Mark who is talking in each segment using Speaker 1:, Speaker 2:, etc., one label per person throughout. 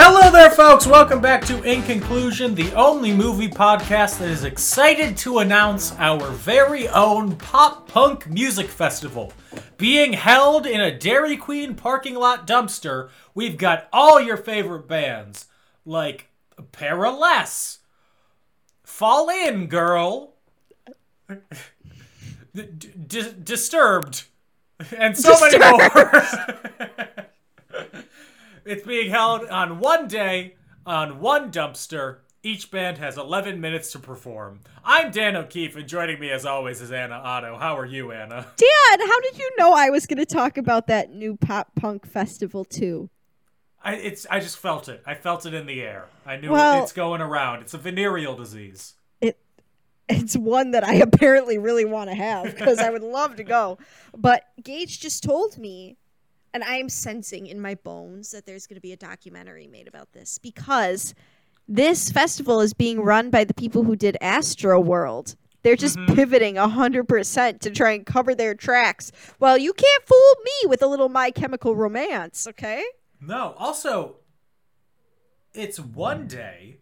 Speaker 1: Hello there, folks. Welcome back to In Conclusion, the only movie podcast that is excited to announce our very own pop punk music festival. Being held in a Dairy Queen parking lot dumpster, we've got all your favorite bands like Paraless, Fall In Girl, D- D- Disturbed, and so many more. It's being held on one day, on one dumpster. Each band has 11 minutes to perform. I'm Dan O'Keefe, and joining me as always is Anna Otto. How are you, Anna?
Speaker 2: Dan, how did you know I was going to talk about that new pop punk festival too?
Speaker 1: I, it's, I just felt it. I felt it in the air. I knew
Speaker 2: Well-
Speaker 1: it's going around. It's a venereal disease.
Speaker 2: It's one that I apparently really want to have because I would love to go. But Gage just told me, and I am sensing in my bones that there's going to be a documentary made about this because this festival is being run by the people who did Astro World. They're just pivoting 100% to try and cover their tracks. Well, you can't fool me with a little My Chemical Romance, okay?
Speaker 1: No, also, it's one day.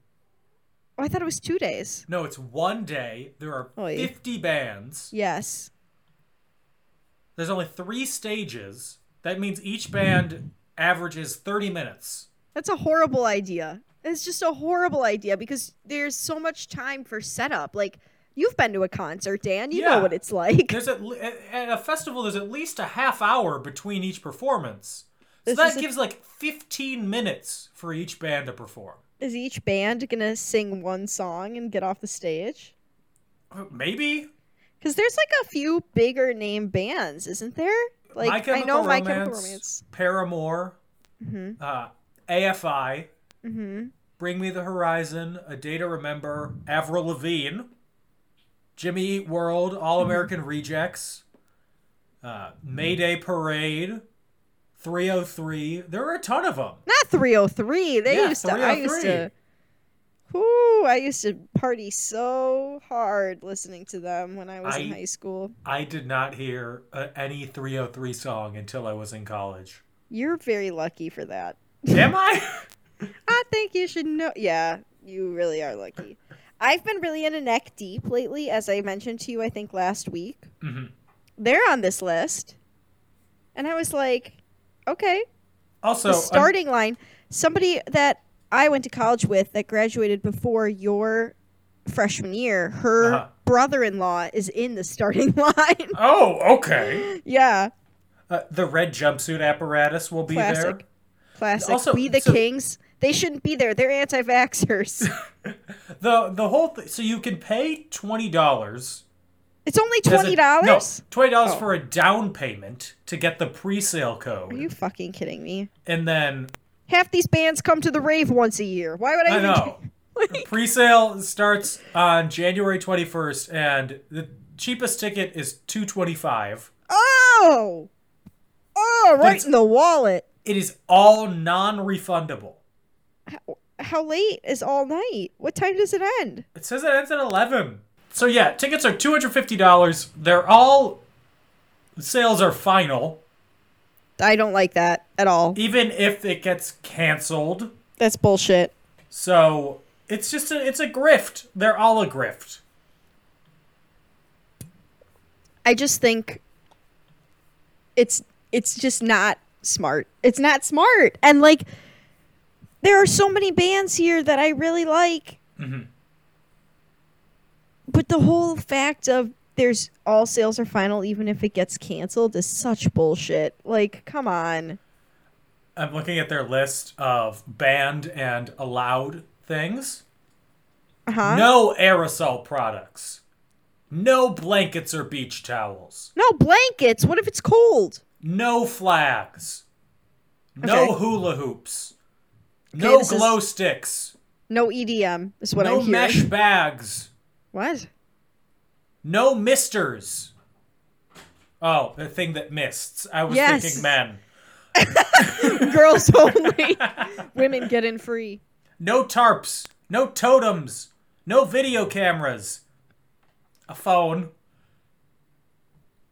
Speaker 2: Oh, I thought it was two days.
Speaker 1: No, it's one day. There are
Speaker 2: Oy.
Speaker 1: 50 bands.
Speaker 2: Yes.
Speaker 1: There's only three stages. That means each band averages 30 minutes.
Speaker 2: That's a horrible idea. It's just a horrible idea because there's so much time for setup. Like you've been to a concert, Dan. You
Speaker 1: Yeah.
Speaker 2: know what it's like.
Speaker 1: There's at, le- at at a festival. There's at least a half hour between each performance, so
Speaker 2: This is
Speaker 1: that
Speaker 2: a-
Speaker 1: gives like 15 minutes for each band to perform.
Speaker 2: Is each band gonna sing one song and get off the stage?
Speaker 1: Maybe
Speaker 2: Because there's like a few bigger name bands, isn't there? Like
Speaker 1: My Chemical
Speaker 2: I know
Speaker 1: Romance,
Speaker 2: My Chemical Romance. Mm-hmm.
Speaker 1: Paramore, uh, AFI, Bring Me the Horizon, A Day to Remember, Avril Lavigne, Jimmy Eat World, All
Speaker 2: Mm-hmm.
Speaker 1: American Rejects, uh, Mayday Parade, 303. There are a ton of them.
Speaker 2: Not 303. They
Speaker 1: Yeah,
Speaker 2: used to. I used
Speaker 1: 303.
Speaker 2: to. Whoo! I used to party so hard listening to them when I was in
Speaker 1: I-
Speaker 2: high school.
Speaker 1: I did not hear uh, any 303 song until I was in college.
Speaker 2: You're very lucky for that.
Speaker 1: Am I?
Speaker 2: I think you should know. Yeah, you really are lucky. I've been really in a neck deep lately, as I mentioned to you, I think last week.
Speaker 1: Mhm.
Speaker 2: They're on this list, and I was like, okay.
Speaker 1: Also,
Speaker 2: The
Speaker 1: I'm-
Speaker 2: starting line. Somebody that I went to college with that graduated before your freshman year, her
Speaker 1: Uh-huh.
Speaker 2: brother-in-law is in the starting line.
Speaker 1: oh, okay.
Speaker 2: yeah,
Speaker 1: Uh, the red jumpsuit apparatus will be
Speaker 2: Classic. classic.
Speaker 1: Also,
Speaker 2: we the
Speaker 1: so-
Speaker 2: kings. They shouldn't be there. They're anti-vaxxers.
Speaker 1: there. The the whole th- so you can pay twenty dollars.
Speaker 2: it's only twenty dollars.
Speaker 1: No, twenty dollars
Speaker 2: Oh.
Speaker 1: for a down payment to get the pre-sale code,
Speaker 2: Are you fucking kidding me?
Speaker 1: and then
Speaker 2: Half these bands come to the rave once a year. Why would
Speaker 1: I
Speaker 2: I? even
Speaker 1: know. Pre-sale starts on January twenty first, and the cheapest ticket is two twenty five.
Speaker 2: Oh, oh, right
Speaker 1: it's-
Speaker 2: in the wallet.
Speaker 1: It is all non-refundable.
Speaker 2: How late is all night? What time does it end?
Speaker 1: It says it ends at 11. So yeah, tickets are $250. They're all sales are final,
Speaker 2: I don't like that at all.
Speaker 1: even if it gets canceled.
Speaker 2: That's bullshit.
Speaker 1: So it's just a it's a grift. They're all a grift.
Speaker 2: I just think it's it's just not smart. It's not smart. And like there are so many bands here that I really like.
Speaker 1: Mm-hmm.
Speaker 2: But the whole fact of there's all sales are final even if it gets canceled is such bullshit. Like, come on.
Speaker 1: I'm looking at their list of banned and allowed things.
Speaker 2: Uh-huh.
Speaker 1: No aerosol products. No blankets or beach towels.
Speaker 2: No blankets. What if it's cold?
Speaker 1: No flags. No
Speaker 2: Okay.
Speaker 1: hula hoops. no
Speaker 2: this is-
Speaker 1: glow sticks.
Speaker 2: No EDM is what
Speaker 1: no
Speaker 2: I'm hearing.
Speaker 1: mesh bags.
Speaker 2: What?
Speaker 1: No misters. Oh, the thing that mists. I was
Speaker 2: Yes.
Speaker 1: thinking men.
Speaker 2: Girls only. Women get in free.
Speaker 1: No tarps. No totems. No video cameras. A phone.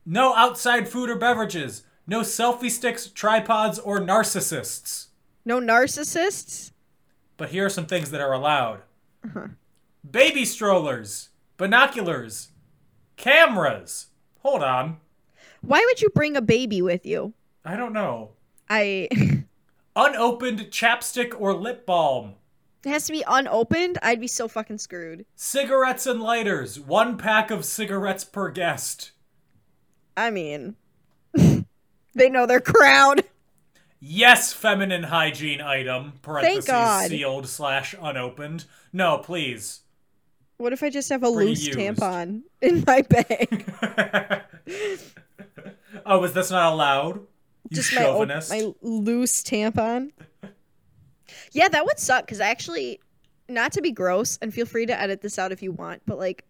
Speaker 1: No outside food or beverages. No selfie sticks, tripods, or narcissists.
Speaker 2: No narcissists.
Speaker 1: But here are some things that are allowed baby strollers, binoculars, cameras. Hold on.
Speaker 2: Why would you bring a baby with you?
Speaker 1: I don't know.
Speaker 2: I.
Speaker 1: Unopened chapstick or lip balm.
Speaker 2: It has to be unopened. I'd be so fucking screwed.
Speaker 1: Cigarettes and lighters. One pack of cigarettes per guest.
Speaker 2: I mean, they know their crowd.
Speaker 1: Yes, feminine hygiene item. Parentheses
Speaker 2: God.
Speaker 1: sealed slash unopened. No, please.
Speaker 2: What if I just have a loose
Speaker 1: used.
Speaker 2: tampon in my bag?
Speaker 1: Oh, is this not allowed? You
Speaker 2: just my, op-
Speaker 1: chauvinist.
Speaker 2: my loose tampon. Yeah, that would suck because I actually, not to be gross, and feel free to edit this out if you want, but like,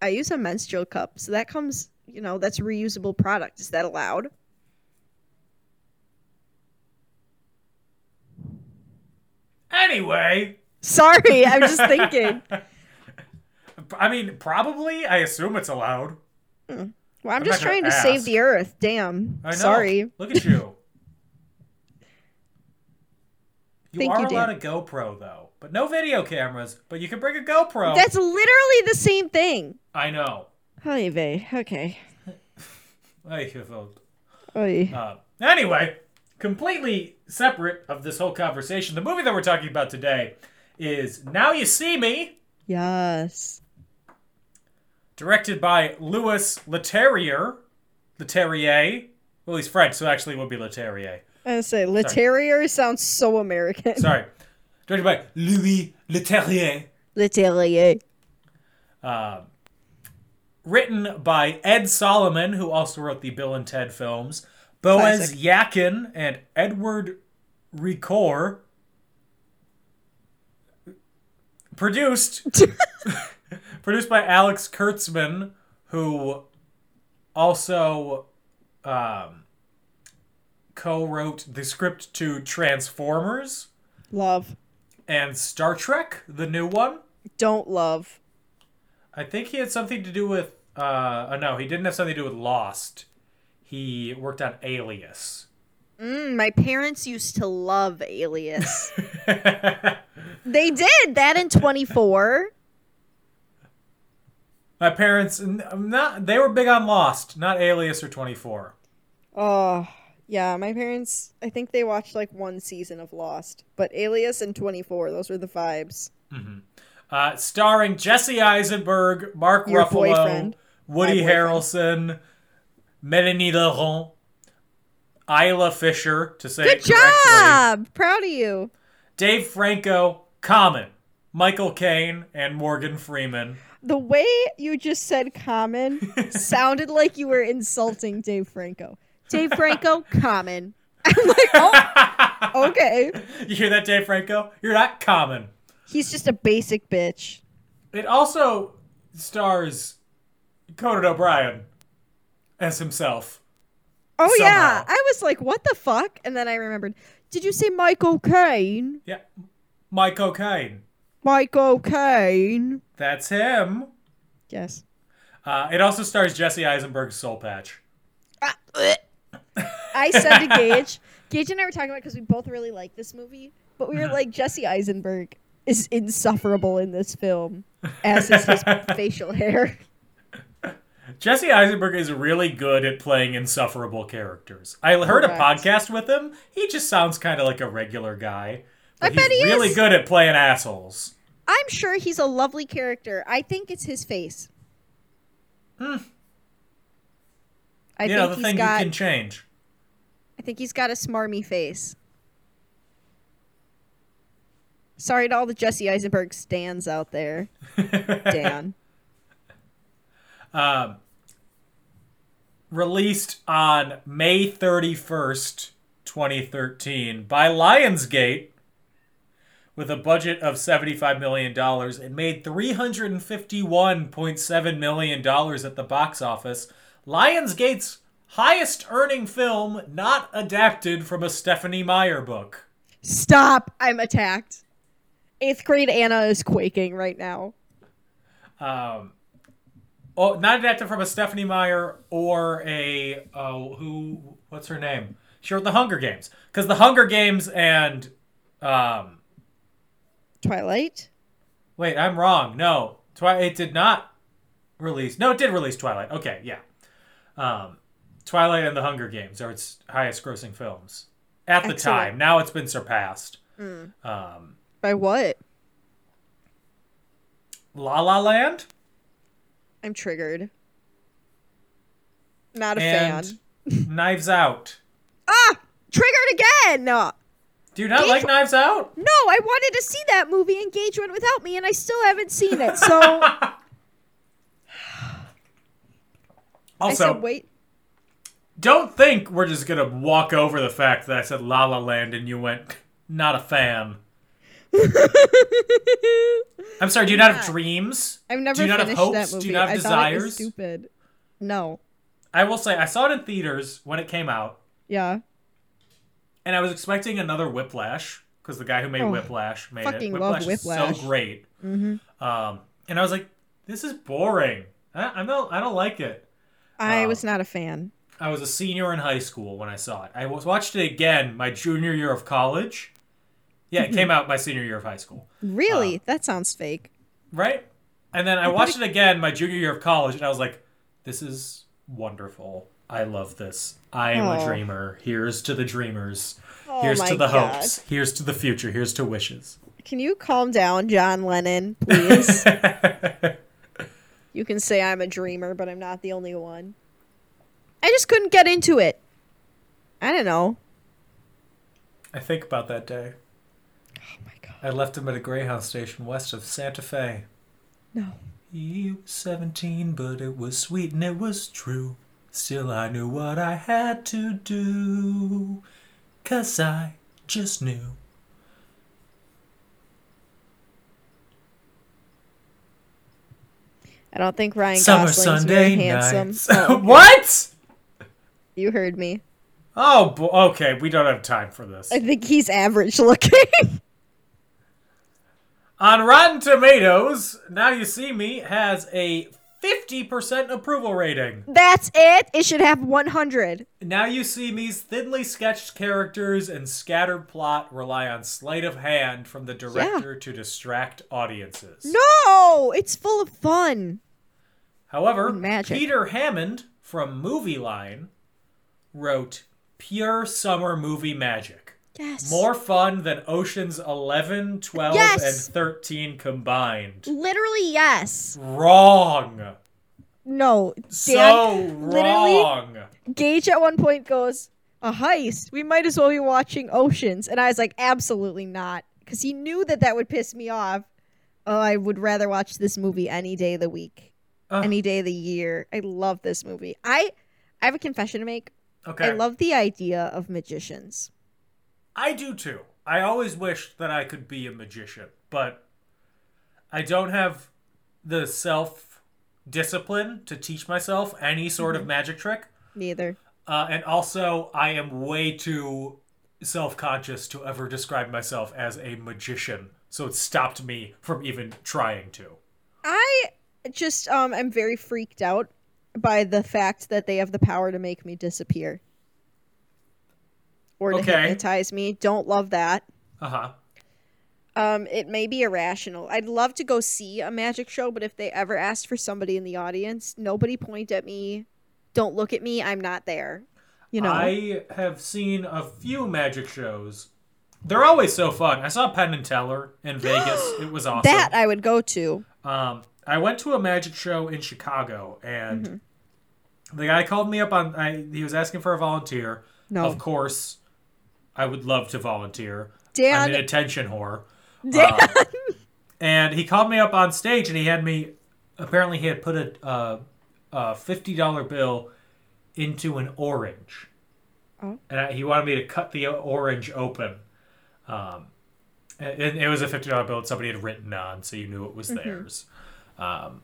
Speaker 2: I use a menstrual cup, so that comes, you know, that's reusable product. Is that allowed?
Speaker 1: Anyway,
Speaker 2: Sorry, I'm just thinking.
Speaker 1: I mean, probably. I assume it's allowed.
Speaker 2: Well, I'm,
Speaker 1: I'm
Speaker 2: just
Speaker 1: not gonna
Speaker 2: trying to save
Speaker 1: ask.
Speaker 2: the earth. Damn.
Speaker 1: I know.
Speaker 2: Sorry.
Speaker 1: Look at you. you
Speaker 2: Thank
Speaker 1: are
Speaker 2: you, Dan.
Speaker 1: allowed a GoPro though, but no video cameras. But you can bring a GoPro.
Speaker 2: That's literally the same thing.
Speaker 1: I know.
Speaker 2: Oy vey. Okay.
Speaker 1: I have a-
Speaker 2: Oy.
Speaker 1: Uh, anyway, completely separate of this whole conversation, the movie that we're talking about today is Now You See Me,
Speaker 2: Yes.
Speaker 1: directed by Louis Leterrier. Leterrier. Well, he's French, so actually it would be Leterrier.
Speaker 2: I say Leterrier sounds so American.
Speaker 1: Sorry. Directed by Louis Leterrier.
Speaker 2: Leterrier.
Speaker 1: Uh, Written by Ed Solomon, who also wrote the Bill and Ted films, Boaz
Speaker 2: Classic.
Speaker 1: Yakin, and Edward Ricor. Produced produced by Alex Kurtzman, who also um, co-wrote the script to Transformers
Speaker 2: Love.
Speaker 1: and Star Trek, the new one.
Speaker 2: Don't love.
Speaker 1: I think he had something to do with. Uh, oh, no, he didn't have something to do with Lost. He worked on Alias.
Speaker 2: Mm, my parents used to love Alias. they did that in 24.
Speaker 1: My parents, n- not they were big on Lost, not Alias or Twenty Four.
Speaker 2: Oh, yeah. My parents, I think they watched like one season of Lost, but Alias and 24, those were the vibes.
Speaker 1: Uh, starring Jesse Eisenberg, Mark
Speaker 2: Your
Speaker 1: Ruffalo,
Speaker 2: boyfriend.
Speaker 1: Woody
Speaker 2: My boyfriend.
Speaker 1: Harrelson, Melanie Laurent, Isla Fisher, to say
Speaker 2: Good
Speaker 1: it correctly,
Speaker 2: job! Proud of you.
Speaker 1: Dave Franco, Common, Michael Caine, and Morgan Freeman.
Speaker 2: The way you just said common sounded like you were insulting Dave Franco. Dave Franco, common. I'm like, oh, okay.
Speaker 1: You hear that, Dave Franco? You're not common.
Speaker 2: He's just a basic bitch.
Speaker 1: It also stars Conan O'Brien as himself.
Speaker 2: Oh, yeah.
Speaker 1: Somehow.
Speaker 2: I was like, what the fuck? And then I remembered, did you say Michael Caine?
Speaker 1: Yeah, Mike O'Kane.
Speaker 2: Michael Caine.
Speaker 1: That's him.
Speaker 2: Yes.
Speaker 1: Uh, it also stars Jesse Eisenberg's Soul Patch.
Speaker 2: I said to Gage, Gage and I were talking about because we both really like this movie, but we
Speaker 1: Uh-huh.
Speaker 2: were like, Jesse Eisenberg is insufferable in this film, as is his facial hair.
Speaker 1: Jesse Eisenberg is really good at playing insufferable characters. I heard a
Speaker 2: Correct.
Speaker 1: podcast with him. He just sounds kind of like a regular guy. But
Speaker 2: I bet
Speaker 1: he's
Speaker 2: he
Speaker 1: really
Speaker 2: is.
Speaker 1: good at playing assholes.
Speaker 2: I'm sure he's a lovely character. I think it's his face.
Speaker 1: you
Speaker 2: I think
Speaker 1: know, Hmm. the
Speaker 2: he's
Speaker 1: thing
Speaker 2: got.
Speaker 1: you can change.
Speaker 2: I think he's got a smarmy face. Sorry to all the Jesse Eisenberg stands out there, Dan.
Speaker 1: released on May 31st, 2013 by Lionsgate, with a budget of $75 million and made $351.7 million at the box office, Lionsgate's highest earning film not adapted from a Stephanie Meyer book.
Speaker 2: Stop! I'm attacked. Eighth grade Anna is quaking right now.
Speaker 1: Um, oh, not adapted from a Stephanie Meyer or a oh who what's her name? She wrote The Hunger Games because The Hunger Games and um
Speaker 2: Twilight?
Speaker 1: wait I'm wrong no Twilight it did not release no it did release Twilight okay yeah um Twilight and The Hunger Games are its highest grossing films at the
Speaker 2: Excellent. Mm.
Speaker 1: time now it's been surpassed um
Speaker 2: By what?
Speaker 1: La La Land
Speaker 2: I'm triggered. Not a fan.
Speaker 1: and Knives Out
Speaker 2: Ah! Triggered again! No.
Speaker 1: do you not like Knives Out
Speaker 2: No, I wanted to see that movie, and Gage went without me, and I still haven't seen it. So I
Speaker 1: also
Speaker 2: said, wait.
Speaker 1: don't think we're just gonna walk over the fact that I said La La Land and you went not a fan. I'm sorry. Do you not have dreams?
Speaker 2: I've never
Speaker 1: Do you not have
Speaker 2: finished
Speaker 1: hopes?
Speaker 2: that movie.
Speaker 1: Do you not have
Speaker 2: I thought it was
Speaker 1: desires?
Speaker 2: stupid. No.
Speaker 1: I will say I saw it in theaters when it came out,
Speaker 2: Yeah.
Speaker 1: and I was expecting another Whiplash because the guy who made
Speaker 2: Oh,
Speaker 1: Whiplash made
Speaker 2: fucking
Speaker 1: it.
Speaker 2: love
Speaker 1: Whiplash, is
Speaker 2: Whiplash. Mm-hmm.
Speaker 1: so great. Um, and I was like, this is boring. I, I don't. I don't like it.
Speaker 2: I was not a fan.
Speaker 1: I was a senior in high school when I saw it. I was watched it again my junior year of college. Yeah,
Speaker 2: Mm-hmm.
Speaker 1: it came out my senior year of high school.
Speaker 2: Really? that sounds fake.
Speaker 1: right? And then I watched it again my junior year of college, and I was like, "This is wonderful. I love this. I am a
Speaker 2: Aw.
Speaker 1: dreamer. Here's to the dreamers.
Speaker 2: Oh
Speaker 1: Here's
Speaker 2: my
Speaker 1: to the
Speaker 2: God.
Speaker 1: hopes. Here's to the future. Here's to wishes."
Speaker 2: Can you calm down, John Lennon, please? you can say I'm a dreamer, but I'm not the only one. I just couldn't get into it. I don't know.
Speaker 1: I think about that day.
Speaker 2: Oh my god.
Speaker 1: I left him at a Greyhound station west of Santa Fe.
Speaker 2: No.
Speaker 1: He was 17, but it was sweet and it was true. Still, I knew what I had to do. Cause I just knew.
Speaker 2: I don't think Ryan
Speaker 1: Summer
Speaker 2: Gosling's
Speaker 1: Sunday
Speaker 2: very handsome.
Speaker 1: nights.
Speaker 2: Oh, okay.
Speaker 1: what?
Speaker 2: You heard me.
Speaker 1: Oh, bo- okay. We don't have time for this.
Speaker 2: I think he's average looking.
Speaker 1: On Rotten Tomatoes, Now You See Me has a 50% approval rating.
Speaker 2: That's it. It should have 100.
Speaker 1: Now You See Me's thinly sketched characters and scattered plot rely on sleight of hand from the director to distract audiences.
Speaker 2: No, it's full of fun.
Speaker 1: However,
Speaker 2: Magic.
Speaker 1: Peter Hammond from Movie Line wrote pure summer movie magic.
Speaker 2: Yes.
Speaker 1: More fun than Oceans 11, 12,
Speaker 2: Yes.
Speaker 1: and 13 combined.
Speaker 2: Literally, yes.
Speaker 1: Wrong.
Speaker 2: No. Dan,
Speaker 1: So
Speaker 2: literally,
Speaker 1: wrong.
Speaker 2: Gage at one point goes, "A heist. We might as well be watching Oceans." And I was like, "Absolutely not," because he knew that that would piss me off. Oh, I would rather watch this movie any day of the week,
Speaker 1: Ugh.
Speaker 2: any day of the year. I love this movie. I, I have a confession to make.
Speaker 1: Okay.
Speaker 2: I love the idea of magicians.
Speaker 1: I do too. I always wished that I could be a magician, but I don't have the self discipline to teach myself any sort
Speaker 2: Mm-hmm.
Speaker 1: of magic trick.
Speaker 2: Neither.
Speaker 1: Uh, and also, I am way too self conscious to ever describe myself as a magician. So it stopped me from even trying to.
Speaker 2: I just um am very freaked out by the fact that they have the power to make me disappear or to
Speaker 1: Okay.
Speaker 2: hypnotize me. Don't love that.
Speaker 1: Uh huh.
Speaker 2: Um, it may be irrational. I'd love to go see a magic show, but if they ever asked for somebody in the audience, nobody point at me, don't look at me, I'm not there. You know,
Speaker 1: I have seen a few magic shows. They're always so fun. I saw Penn and Teller in Vegas. it was awesome.
Speaker 2: that I would go to.
Speaker 1: Um, I went to a magic show in Chicago, and
Speaker 2: Mm-hmm.
Speaker 1: the guy called me up on. I, he was asking for a volunteer.
Speaker 2: No.
Speaker 1: Of course, I would love to volunteer. I'm
Speaker 2: Dan,
Speaker 1: an attention whore. Um,
Speaker 2: Dan,
Speaker 1: And he called me up on stage, and he had me. Apparently, he had put a, uh, a fifty dollar bill into an orange,
Speaker 2: Oh.
Speaker 1: and I, he wanted me to cut the orange open. Um, and it was a fifty dollar bill that somebody had written on, so you knew it was
Speaker 2: Mm-hmm.
Speaker 1: theirs. Um,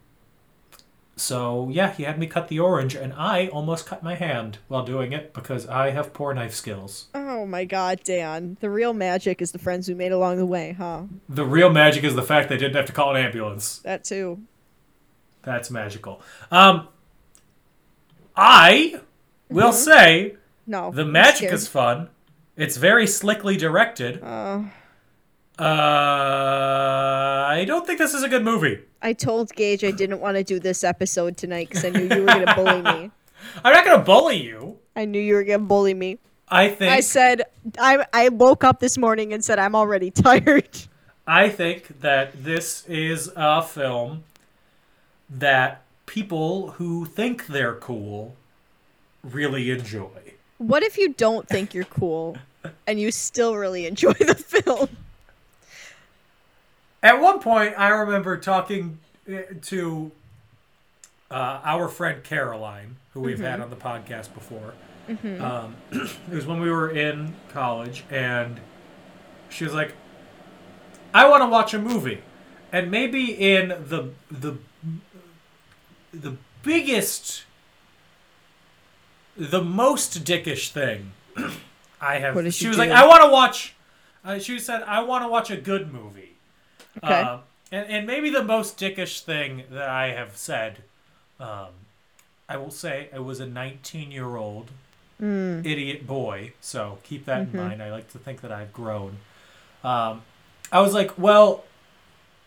Speaker 1: so yeah, he had me cut the orange, and I almost cut my hand while doing it because I have poor knife skills.
Speaker 2: Oh my god, Dan. The real magic is the friends we made along the way, huh?
Speaker 1: The real magic is the fact they didn't have to call an ambulance.
Speaker 2: That too.
Speaker 1: That's magical. Um, I will
Speaker 2: Mm-hmm.
Speaker 1: say
Speaker 2: No.
Speaker 1: the
Speaker 2: I'm
Speaker 1: magic
Speaker 2: scared.
Speaker 1: is fun. It's very slickly directed.
Speaker 2: Oh.
Speaker 1: Uh, I don't think this is a good movie.
Speaker 2: I told Gage I didn't want to do this episode tonight because I knew you were going to bully me.
Speaker 1: I'm not gonna bully you.
Speaker 2: I knew you were going to bully me.
Speaker 1: I think
Speaker 2: I
Speaker 1: I,
Speaker 2: said, I, I woke up this morning and said, I'm already tired.
Speaker 1: think that this is a film that people who think they're cool really enjoy.
Speaker 2: What if you don't think you're cool and you still really enjoy the film?
Speaker 1: At one point, I remember talking uh, to uh, our friend Caroline, who we've had
Speaker 2: Mm-hmm.
Speaker 1: on the podcast before. Um, it was when we were in college, and she was like, "I want to watch a movie," and maybe in the the the biggest, the most dickish thing I have.
Speaker 2: What did
Speaker 1: she
Speaker 2: you
Speaker 1: was
Speaker 2: do?
Speaker 1: like, "I want to watch." Uh, she said, "I want to watch a good movie."
Speaker 2: Okay.
Speaker 1: Uh, and, and maybe the most dickish thing that I have said, um, I will say I was a 19 year old
Speaker 2: Mm.
Speaker 1: idiot boy. So keep that
Speaker 2: Mm-hmm.
Speaker 1: in mind. I like to think that I've grown. Um, I was like, well,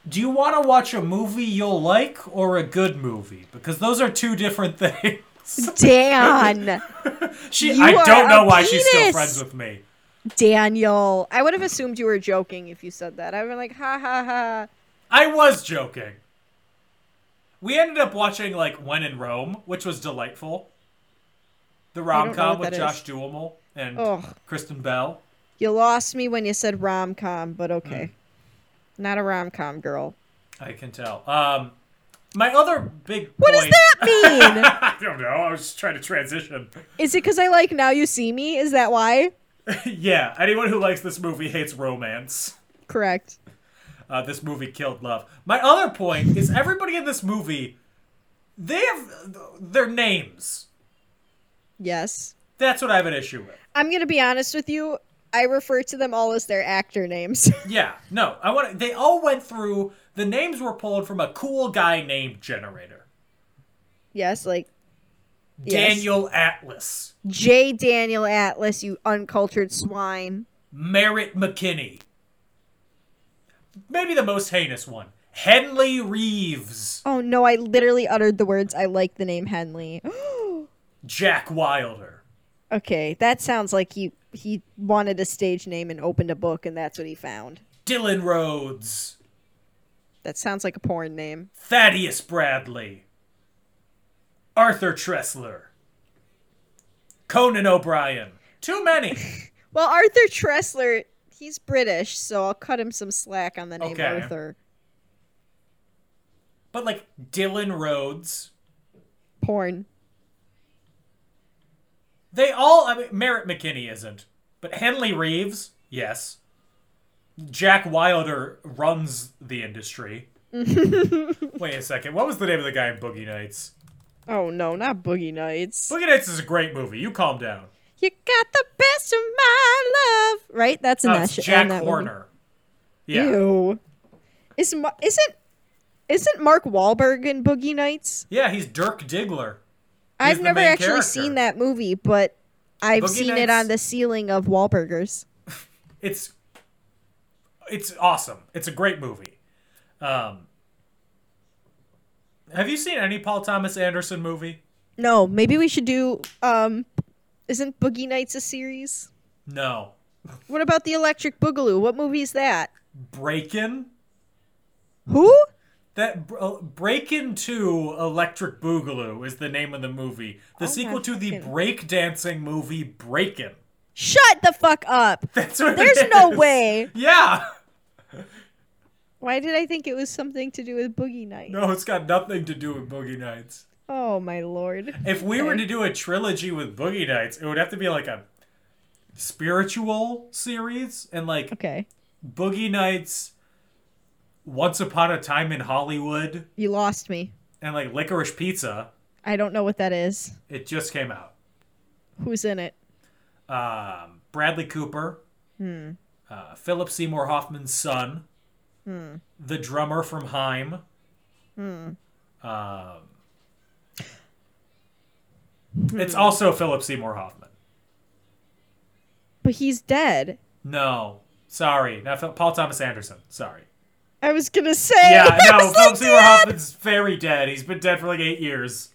Speaker 1: do you want to watch a movie you'll like or a good movie? Because those are two different things.
Speaker 2: Dan,
Speaker 1: she,
Speaker 2: You
Speaker 1: I
Speaker 2: are
Speaker 1: don't
Speaker 2: a
Speaker 1: know why she's still
Speaker 2: penis!
Speaker 1: friends with me.
Speaker 2: Daniel. I would have assumed you were joking if you said that. I would have been like, ha ha ha.
Speaker 1: I was joking. We ended up watching like When in Rome, which was delightful. The
Speaker 2: don't
Speaker 1: rom
Speaker 2: know
Speaker 1: com
Speaker 2: what
Speaker 1: with
Speaker 2: that
Speaker 1: Josh
Speaker 2: is.
Speaker 1: Duhamel and
Speaker 2: Ugh.
Speaker 1: Kristen Bell.
Speaker 2: You lost me when you said rom com, but okay. Not a rom com girl.
Speaker 1: I can tell. Um, my other big
Speaker 2: What does that mean?
Speaker 1: I don't know. I was just trying to transition.
Speaker 2: Is it because I like Now You See Me? Is that why?
Speaker 1: yeah, anyone who likes this movie hates romance.
Speaker 2: Correct.
Speaker 1: uh, this movie killed love. My other point is everybody in this movie, they have their names.
Speaker 2: Yes.
Speaker 1: That's what I have an issue with.
Speaker 2: I'm going to be honest with you. I refer to them all as their actor names.
Speaker 1: Yeah, no, I want. They all went through. The names were pulled from a cool guy name generator.
Speaker 2: yes, like Yes.
Speaker 1: Daniel Atlas,
Speaker 2: J. Daniel Atlas, you uncultured swine.
Speaker 1: Merritt McKinney. Maybe the most heinous one, Henley Reeves,
Speaker 2: Oh no, I literally uttered the words I like the name Henley.
Speaker 1: Jack Wilder.
Speaker 2: okay, that sounds like he he wanted a stage name and opened a book and that's what he found.
Speaker 1: Dylan Rhodes,
Speaker 2: That sounds like a porn name.
Speaker 1: Thaddeus Bradley, Arthur Tressler, Conan O'Brien. Too many.
Speaker 2: Well, Arthur Tressler, he's British, so I'll cut him some slack on the name
Speaker 1: Okay.
Speaker 2: Arthur.
Speaker 1: But like Dylan Rhodes,
Speaker 2: Porn.
Speaker 1: They all. I mean, Merritt McKinney isn't, but Henley Reeves, yes. Jack Wilder runs the industry. Wait a second. What was the name of the guy in Boogie Nights?
Speaker 2: Oh no, not Boogie Nights.
Speaker 1: Boogie Nights is a great movie. You calm down.
Speaker 2: You got the best of my love. Right? That's in
Speaker 1: No,
Speaker 2: that
Speaker 1: it's
Speaker 2: sh-
Speaker 1: Uh, Jack
Speaker 2: in that movie.
Speaker 1: Horner. Yeah.
Speaker 2: Ew. Is Ma- isn't isn't Mark Wahlberg in Boogie Nights?
Speaker 1: Yeah, he's Dirk Diggler.
Speaker 2: I've
Speaker 1: the
Speaker 2: never
Speaker 1: main
Speaker 2: actually
Speaker 1: character.
Speaker 2: seen that movie, but I've
Speaker 1: Boogie
Speaker 2: seen it
Speaker 1: Nights-
Speaker 2: on the ceiling of Wahlburgers.
Speaker 1: It's it's awesome. It's a great movie. Um Have you seen any Paul Thomas Anderson movie?
Speaker 2: No, maybe we should do um isn't Boogie Nights a series?
Speaker 1: No.
Speaker 2: What about the Electric Boogaloo? What movie is that?
Speaker 1: Breakin'?
Speaker 2: Who?
Speaker 1: That Br- uh, Breakin' Two Electric Boogaloo is the name of the movie. The
Speaker 2: my
Speaker 1: sequel to the
Speaker 2: fucking-
Speaker 1: breakdancing movie Breakin'.
Speaker 2: Shut the fuck up.
Speaker 1: That's what it
Speaker 2: There's no
Speaker 1: is.
Speaker 2: way.
Speaker 1: Yeah.
Speaker 2: Why did I think it was something to do with Boogie Nights?
Speaker 1: No, it's got nothing to do with Boogie Nights.
Speaker 2: Oh my lord.
Speaker 1: If we were
Speaker 2: Okay.
Speaker 1: to do a trilogy with Boogie Nights, it would have to be like a spiritual series and like
Speaker 2: Okay.
Speaker 1: Boogie Nights, Once Upon a Time in Hollywood,
Speaker 2: You lost me.
Speaker 1: and like Licorice Pizza.
Speaker 2: I don't know what that is.
Speaker 1: It just came out.
Speaker 2: Who's in it?
Speaker 1: Um, Bradley Cooper, uh, Philip Seymour Hoffman's son, the drummer from Heim. Um, it's also Philip Seymour Hoffman.
Speaker 2: But he's dead.
Speaker 1: No, sorry, not Phil- Paul Thomas Anderson. Sorry.
Speaker 2: I was gonna say.
Speaker 1: Yeah,
Speaker 2: I
Speaker 1: no,
Speaker 2: was like,
Speaker 1: Philip Seymour
Speaker 2: "Dad!"
Speaker 1: Hoffman's very dead. He's been dead for like eight years.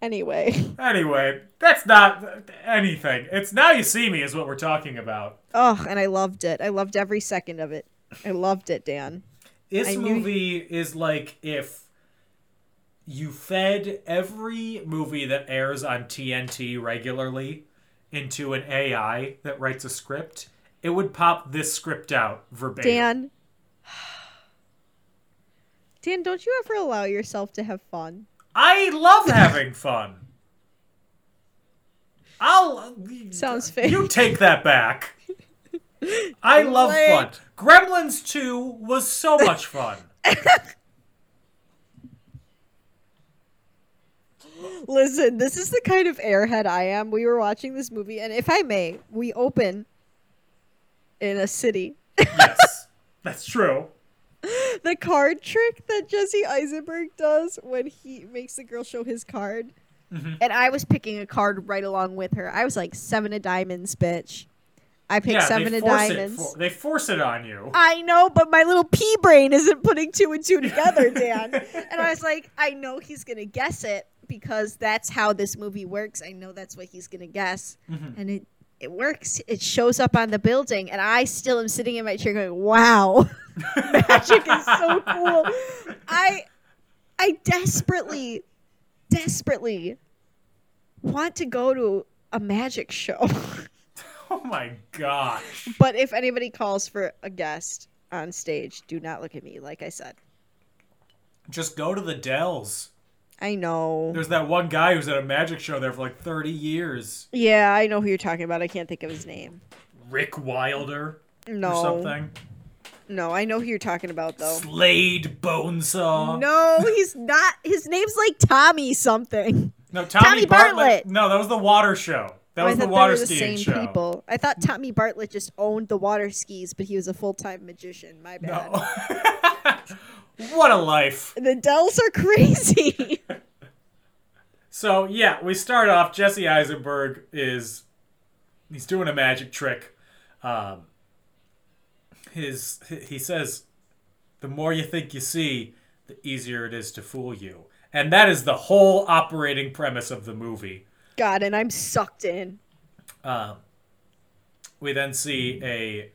Speaker 2: Anyway.
Speaker 1: Anyway, that's not anything. It's Now You See Me is what we're talking about.
Speaker 2: Oh, and I loved it. I loved every second of it. I loved it, Dan.
Speaker 1: This
Speaker 2: I knew-
Speaker 1: movie is like if you fed every movie that airs on TNT regularly into an AI that writes a script, it would pop this script out verbatim.
Speaker 2: Dan. Dan, don't you ever allow yourself to have fun?
Speaker 1: I love having fun. I'll
Speaker 2: Sounds fake.
Speaker 1: You take that back. I love
Speaker 2: Wait.
Speaker 1: fun. Gremlins 2 was so much fun.
Speaker 2: Listen, this is the kind of airhead I am. We were watching this movie, and if I may, we open in a city.
Speaker 1: Yes. That's true.
Speaker 2: the card trick that Jesse Eisenberg does when he makes the girl show his card. Mm-hmm. And I was picking a card right along with her. I was like seven of diamonds, bitch. I picked seven
Speaker 1: they
Speaker 2: of
Speaker 1: force it
Speaker 2: diamonds.
Speaker 1: for- they force it on you.
Speaker 2: I know, but my little pea brain isn't putting two and two together, Dan. and I was like, I know he's gonna guess it because that's how this movie works. I know that's what he's gonna guess, and it it works. It shows up on the building, and I still am sitting in my chair going, "Wow, magic is so cool." I I desperately, desperately want to go to a magic show.
Speaker 1: Oh my gosh.
Speaker 2: But if anybody calls for a guest on stage, do not look at me, like I said.
Speaker 1: Just go to the Dells.
Speaker 2: I know.
Speaker 1: There's that one guy who's at a magic show there for like 30 years.
Speaker 2: Yeah, I know who you're talking about. I can't think of his name.
Speaker 1: Rick Wilder
Speaker 2: No.
Speaker 1: or something.
Speaker 2: No, I know who you're talking about though.
Speaker 1: Slade Bonesaw.
Speaker 2: No, he's not. His name's like Tommy something.
Speaker 1: No, Tommy,
Speaker 2: Tommy
Speaker 1: Bartlett.
Speaker 2: Bartlett.
Speaker 1: No, that was the water show. That
Speaker 2: I
Speaker 1: was the
Speaker 2: thought they
Speaker 1: water
Speaker 2: were
Speaker 1: skiing
Speaker 2: same
Speaker 1: show.
Speaker 2: people. I thought Tommy Bartlett just owned the water skis, but he was a full-time magician. My bad.
Speaker 1: No. Oh. what a life.
Speaker 2: The Dells are crazy.
Speaker 1: So yeah, we start off. Jesse Eisenberg is he's doing a magic trick. Um, his he says, "The more you think you see, the easier it is to fool you," and that is the whole operating premise of the movie.
Speaker 2: God, and I'm sucked in.
Speaker 1: We then see a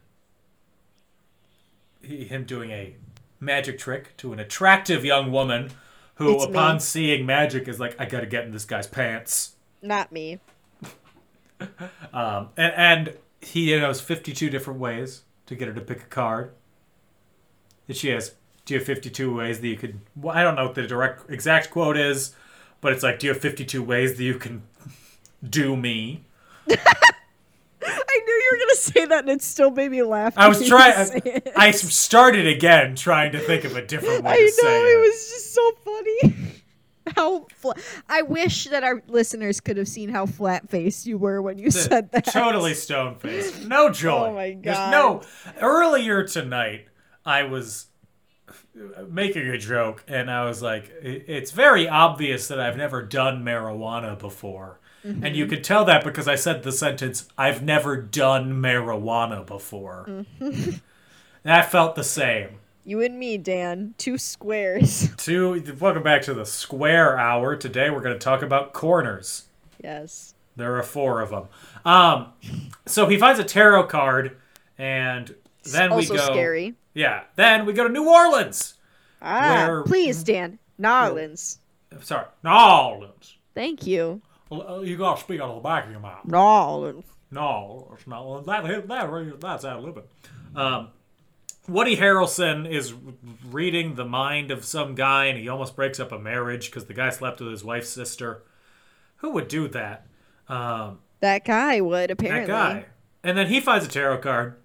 Speaker 1: he- him doing a magic trick to an attractive young woman who,
Speaker 2: It's me.
Speaker 1: upon seeing magic, is like, "I gotta get in this guy's pants."
Speaker 2: Not me.
Speaker 1: And, and he knows 52 different ways to get her to pick a card. And she has, do you have 52 ways that you could, well, I don't know what the direct, exact quote is, but it's like, do you have 52 ways that you can do me?
Speaker 2: I knew you were gonna say that, and it still made me laugh.
Speaker 1: I
Speaker 2: when
Speaker 1: was
Speaker 2: you
Speaker 1: trying,
Speaker 2: say
Speaker 1: I,
Speaker 2: it.
Speaker 1: I started again trying to think of a different way
Speaker 2: I
Speaker 1: to
Speaker 2: know
Speaker 1: say
Speaker 2: it was just so funny. How fla- I wish that our listeners could have seen how flat faced you were when you said that.
Speaker 1: Totally stone faced. No joy.
Speaker 2: Oh my
Speaker 1: There's
Speaker 2: God.
Speaker 1: no. Earlier tonight, I was making a joke, and I was like, "I- "It's very obvious that I've never done marijuana before." And
Speaker 2: Mm-hmm.
Speaker 1: you could tell that because I said the sentence, I've never done marijuana before.
Speaker 2: Mm-hmm.
Speaker 1: And I felt the same.
Speaker 2: You and me, Dan, two squares.
Speaker 1: Two, welcome back to the square hour. Today we're going to talk about corners.
Speaker 2: Yes.
Speaker 1: There are four of them. Um, so he finds a tarot card, and then
Speaker 2: also
Speaker 1: we go.
Speaker 2: scary.
Speaker 1: Yeah. Then we go to New Orleans.
Speaker 2: Ah,
Speaker 1: Where-
Speaker 2: please, Dan. Narlins.
Speaker 1: Sorry, New Orleans.
Speaker 2: Thank you.
Speaker 1: Well, uh, You gotta speak out of the back of your mouth.
Speaker 2: Narlins.
Speaker 1: No, it's not that. That really- that's out of limit. Um, Woody Harrelson is reading the mind of some guy, and he almost breaks up a marriage because the guy slept with his wife's sister. Who would do that? Um,
Speaker 2: That guy would
Speaker 1: that
Speaker 2: apparently.
Speaker 1: guy. And then he finds a tarot card.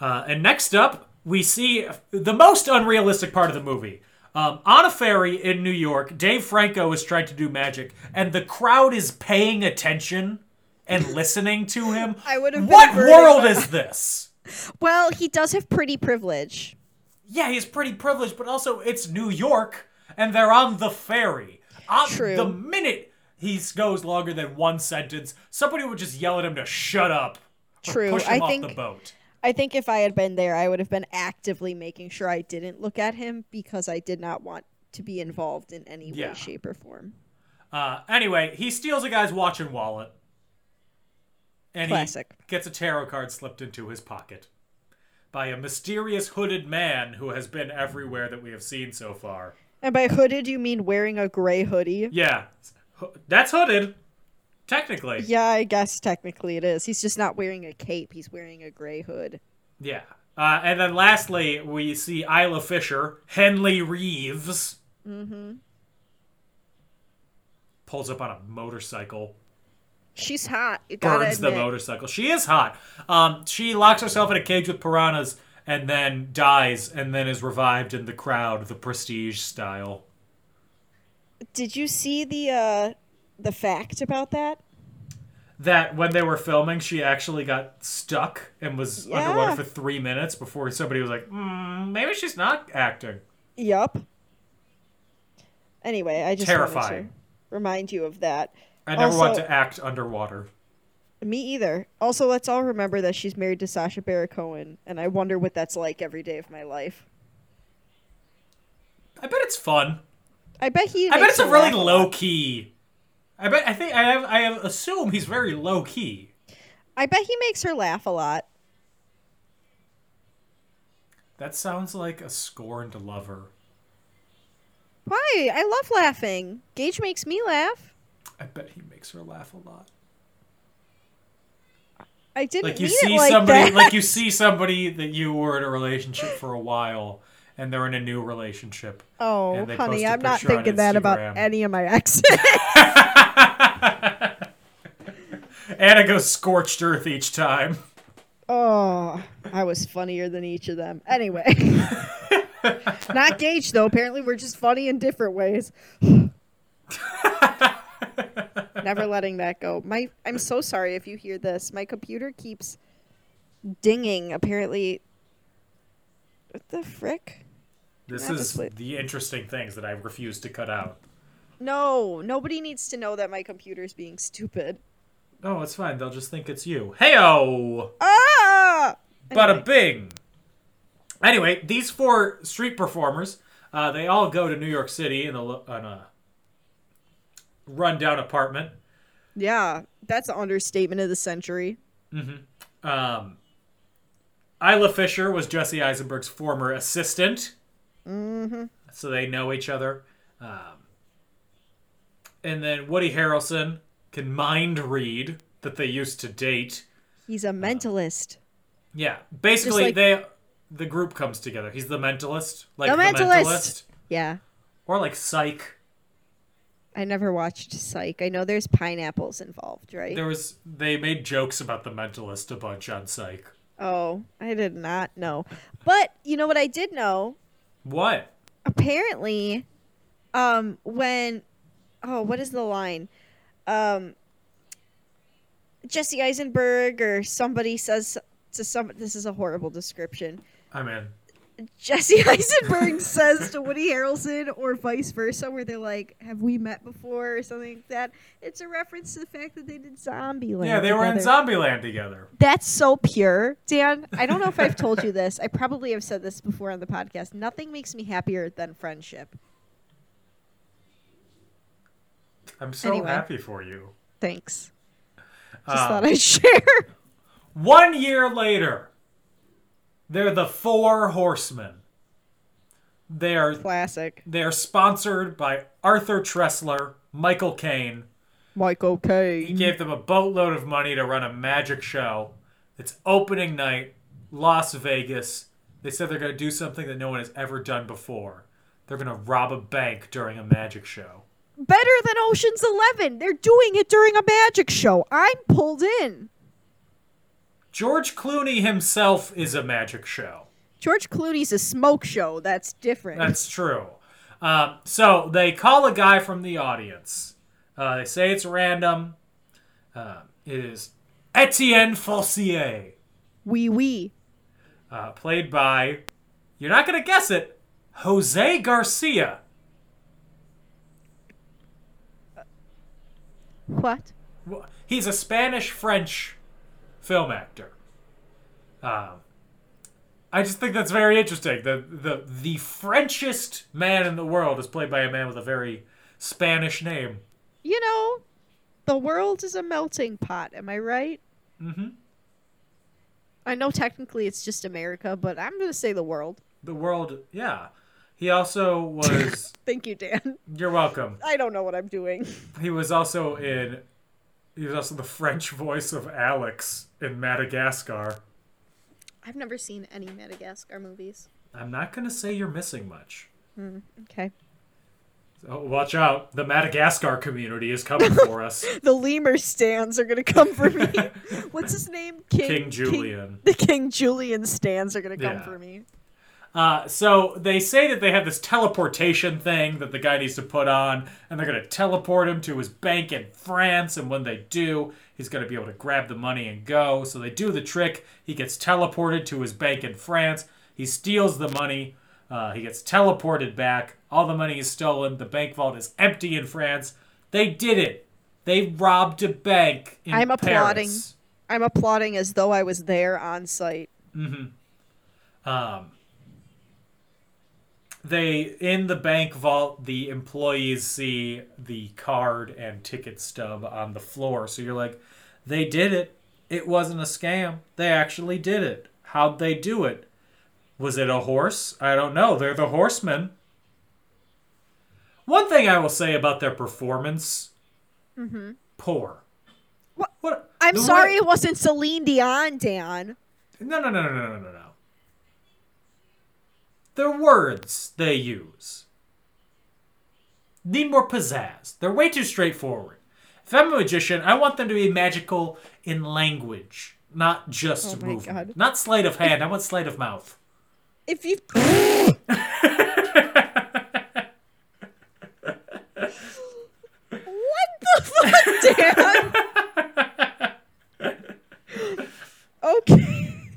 Speaker 1: Uh, and next up, we see the most unrealistic part of the movie. Um, on a ferry in New York, Dave Franco is trying to do magic, and the crowd is paying attention and listening to him.
Speaker 2: I would have been
Speaker 1: What
Speaker 2: burning
Speaker 1: world is this?
Speaker 2: Well, he does have pretty privilege.
Speaker 1: Yeah, he's pretty privileged, but also it's New York, and they're on the ferry. On
Speaker 2: True.
Speaker 1: The minute he goes longer than one sentence, somebody would just yell at him to shut up. or
Speaker 2: True.
Speaker 1: Push him
Speaker 2: I
Speaker 1: off
Speaker 2: think
Speaker 1: the boat.
Speaker 2: I think if I had been there, I would have been actively making sure I didn't look at him because I did not want to be involved in any
Speaker 1: Yeah.
Speaker 2: way, shape, or form.
Speaker 1: Uh, anyway, he steals a guy's watch and wallet. And
Speaker 2: Classic.
Speaker 1: he gets a tarot card slipped into his pocket by a mysterious hooded man who has been everywhere that we have seen so far.
Speaker 2: And by hooded, you mean wearing a gray hoodie?
Speaker 1: Yeah, Ho- that's hooded, technically.
Speaker 2: Yeah, I guess technically it is. He's just not wearing a cape. He's wearing a gray hood.
Speaker 1: Yeah. Uh, and then lastly, we see Isla Fisher, Henley Reeves. Mm-hmm. Pulls up on a motorcycle,
Speaker 2: She's hot. You gotta
Speaker 1: burns the
Speaker 2: admit.
Speaker 1: motorcycle. She is hot. Um, she locks herself in a cage with piranhas and then dies and then is revived in the crowd, the prestige style.
Speaker 2: Did you see the uh, the fact about that?
Speaker 1: That when they were filming, she actually got stuck and was
Speaker 2: Yeah.
Speaker 1: underwater for three minutes before somebody was like, mm, maybe she's not acting.
Speaker 2: Yup. Anyway, I just wanted to
Speaker 1: Terrifying.
Speaker 2: remind you of that.
Speaker 1: I never want
Speaker 2: Also-
Speaker 1: to act underwater.
Speaker 2: Me either. Also, let's all remember that she's married to Sasha Baron Cohen, and I wonder what that's like every day of my life.
Speaker 1: I bet it's fun.
Speaker 2: I bet he.
Speaker 1: I bet
Speaker 2: makes
Speaker 1: it's a
Speaker 2: her
Speaker 1: really
Speaker 2: laugh
Speaker 1: low
Speaker 2: lot.
Speaker 1: key. I bet I think I have I have assume he's very low key.
Speaker 2: I bet he makes her laugh a lot.
Speaker 1: That sounds like a scorned lover.
Speaker 2: Why? I love laughing. Gage makes me laugh.
Speaker 1: I bet he makes her laugh a lot.
Speaker 2: I didn't
Speaker 1: Like you
Speaker 2: mean
Speaker 1: see
Speaker 2: it like
Speaker 1: somebody
Speaker 2: that.
Speaker 1: like you see somebody that you were in a relationship for a while and they're in a new relationship.
Speaker 2: Oh,
Speaker 1: and they post
Speaker 2: honey,
Speaker 1: a
Speaker 2: I'm not
Speaker 1: picture on
Speaker 2: thinking that about
Speaker 1: Instagram.
Speaker 2: any of my exes.
Speaker 1: Anna goes scorched earth each time.
Speaker 2: oh, I was funnier than each of them. Anyway, not Gage though. Apparently, we're just funny in different ways. Never letting that go. My, I'm so sorry if you hear this. My computer keeps dinging. Apparently, what the frick?
Speaker 1: This
Speaker 2: I
Speaker 1: is
Speaker 2: just wait?
Speaker 1: the interesting things that I refuse to cut out.
Speaker 2: No, nobody needs to know that my computer's being stupid.
Speaker 1: Oh, it's fine. They'll just think it's you. Heyo.
Speaker 2: Ah!
Speaker 1: Bada bing. Anyway, these four street performers, uh, they all go to New York City in a, lo- in a rundown apartment.
Speaker 2: Yeah, that's an understatement of the century.
Speaker 1: Um, Isla Fisher was Jesse Eisenberg's former assistant. Mm-hmm. So they know each other. Um, and then Woody Harrelson can mind read that they used to date.
Speaker 2: He's a mentalist.
Speaker 1: Yeah, basically
Speaker 2: like-
Speaker 1: they the group comes together. He's the mentalist, like
Speaker 2: The
Speaker 1: the,
Speaker 2: Mentalist!
Speaker 1: mentalist.
Speaker 2: Yeah.
Speaker 1: or like Psych.
Speaker 2: I never watched Psych. I know there's pineapples involved, right?
Speaker 1: There was they made jokes about the mentalist a bunch on Psych.
Speaker 2: Oh, I did not know. But you know what I did know?
Speaker 1: What?
Speaker 2: Apparently, um, when oh, what is the line? Um, Jesse Eisenberg or somebody says to some. This is a horrible description.
Speaker 1: I'm in.
Speaker 2: Jesse Eisenberg says to Woody Harrelson or vice versa, where they're like, "Have we met before?" or something like that. It's a reference to the fact that they did Zombieland.
Speaker 1: Yeah, they were in
Speaker 2: together.
Speaker 1: Zombieland together.
Speaker 2: That's so pure, Dan. I don't know if I've told you this. I probably have said this before on the podcast. Nothing makes me happier than friendship.
Speaker 1: I'm so
Speaker 2: Anyway.
Speaker 1: happy for you.
Speaker 2: Thanks. Just
Speaker 1: Um,
Speaker 2: thought I'd share.
Speaker 1: One year later, they're the Four Horsemen. They are
Speaker 2: Classic.
Speaker 1: they are sponsored by Arthur Tressler, Michael Caine.
Speaker 2: Michael
Speaker 1: He
Speaker 2: Caine.
Speaker 1: gave them a boatload of money to run a magic show. It's opening night, Las Vegas. They said they're going to do something that no one has ever done before. They're going to rob a bank during a magic show.
Speaker 2: Better than Ocean's Eleven. They're doing it during a magic show. I'm pulled in.
Speaker 1: George Clooney himself is a magic show.
Speaker 2: George Clooney's a smoke show. That's different.
Speaker 1: That's true. Um, so they call a guy from the audience. Uh, they say it's random. Um it is Etienne Fossier,
Speaker 2: Wee wee.
Speaker 1: uh, played by, you're not going to guess it, Jose Garcia.
Speaker 2: What?
Speaker 1: Well, He's a Spanish French film actor. Um, I just think that's very interesting. The, the the Frenchest man in the world is played by a man with a very Spanish name.
Speaker 2: You know, the world is a melting pot. Am I right?
Speaker 1: Mhm.
Speaker 2: I know technically it's just America, but I'm gonna say the world.
Speaker 1: The world, yeah. He also was.
Speaker 2: Thank you, Dan.
Speaker 1: you're welcome.
Speaker 2: I don't know what I'm doing.
Speaker 1: He was also in. He was also the French voice of Alex in Madagascar.
Speaker 2: I've never seen any Madagascar movies.
Speaker 1: I'm not gonna say you're missing much.
Speaker 2: Okay.
Speaker 1: So watch out! The Madagascar community is coming for us.
Speaker 2: The lemur stands are gonna come for me. What's his name?
Speaker 1: King Julian.
Speaker 2: the King Julian stands are gonna come
Speaker 1: Yeah.
Speaker 2: for me.
Speaker 1: Uh, so they say that they have this teleportation thing that the guy needs to put on, and they're going to teleport him to his bank in France. And when they do, he's going to be able to grab the money and go. So they do the trick. He gets teleported to his bank in France. He steals the money. Uh, he gets teleported back. All the money is stolen. The bank vault is empty in France. They did it. They robbed a bank in
Speaker 2: I'm applauding.
Speaker 1: Paris.
Speaker 2: I'm applauding as though I was there on site.
Speaker 1: they in the bank vault the employees see the card and ticket stub on the floor so you're like they did it it wasn't a scam they actually did it how'd they do it was it a horse i don't know they're the horsemen one thing i will say about their performance poor
Speaker 2: What-
Speaker 1: what
Speaker 2: Mm-hmm. I'm
Speaker 1: the way-
Speaker 2: sorry it wasn't Celine Dion, Dan.
Speaker 1: no, no, no, no, no, no, no, no. Their words they use need more pizzazz. They're way too straightforward. If I'm a magician, I want them to be magical in language, not just
Speaker 2: Oh my
Speaker 1: movement.
Speaker 2: God.
Speaker 1: Not sleight of hand. I want sleight of mouth.
Speaker 2: If you What the fuck, Dan? okay.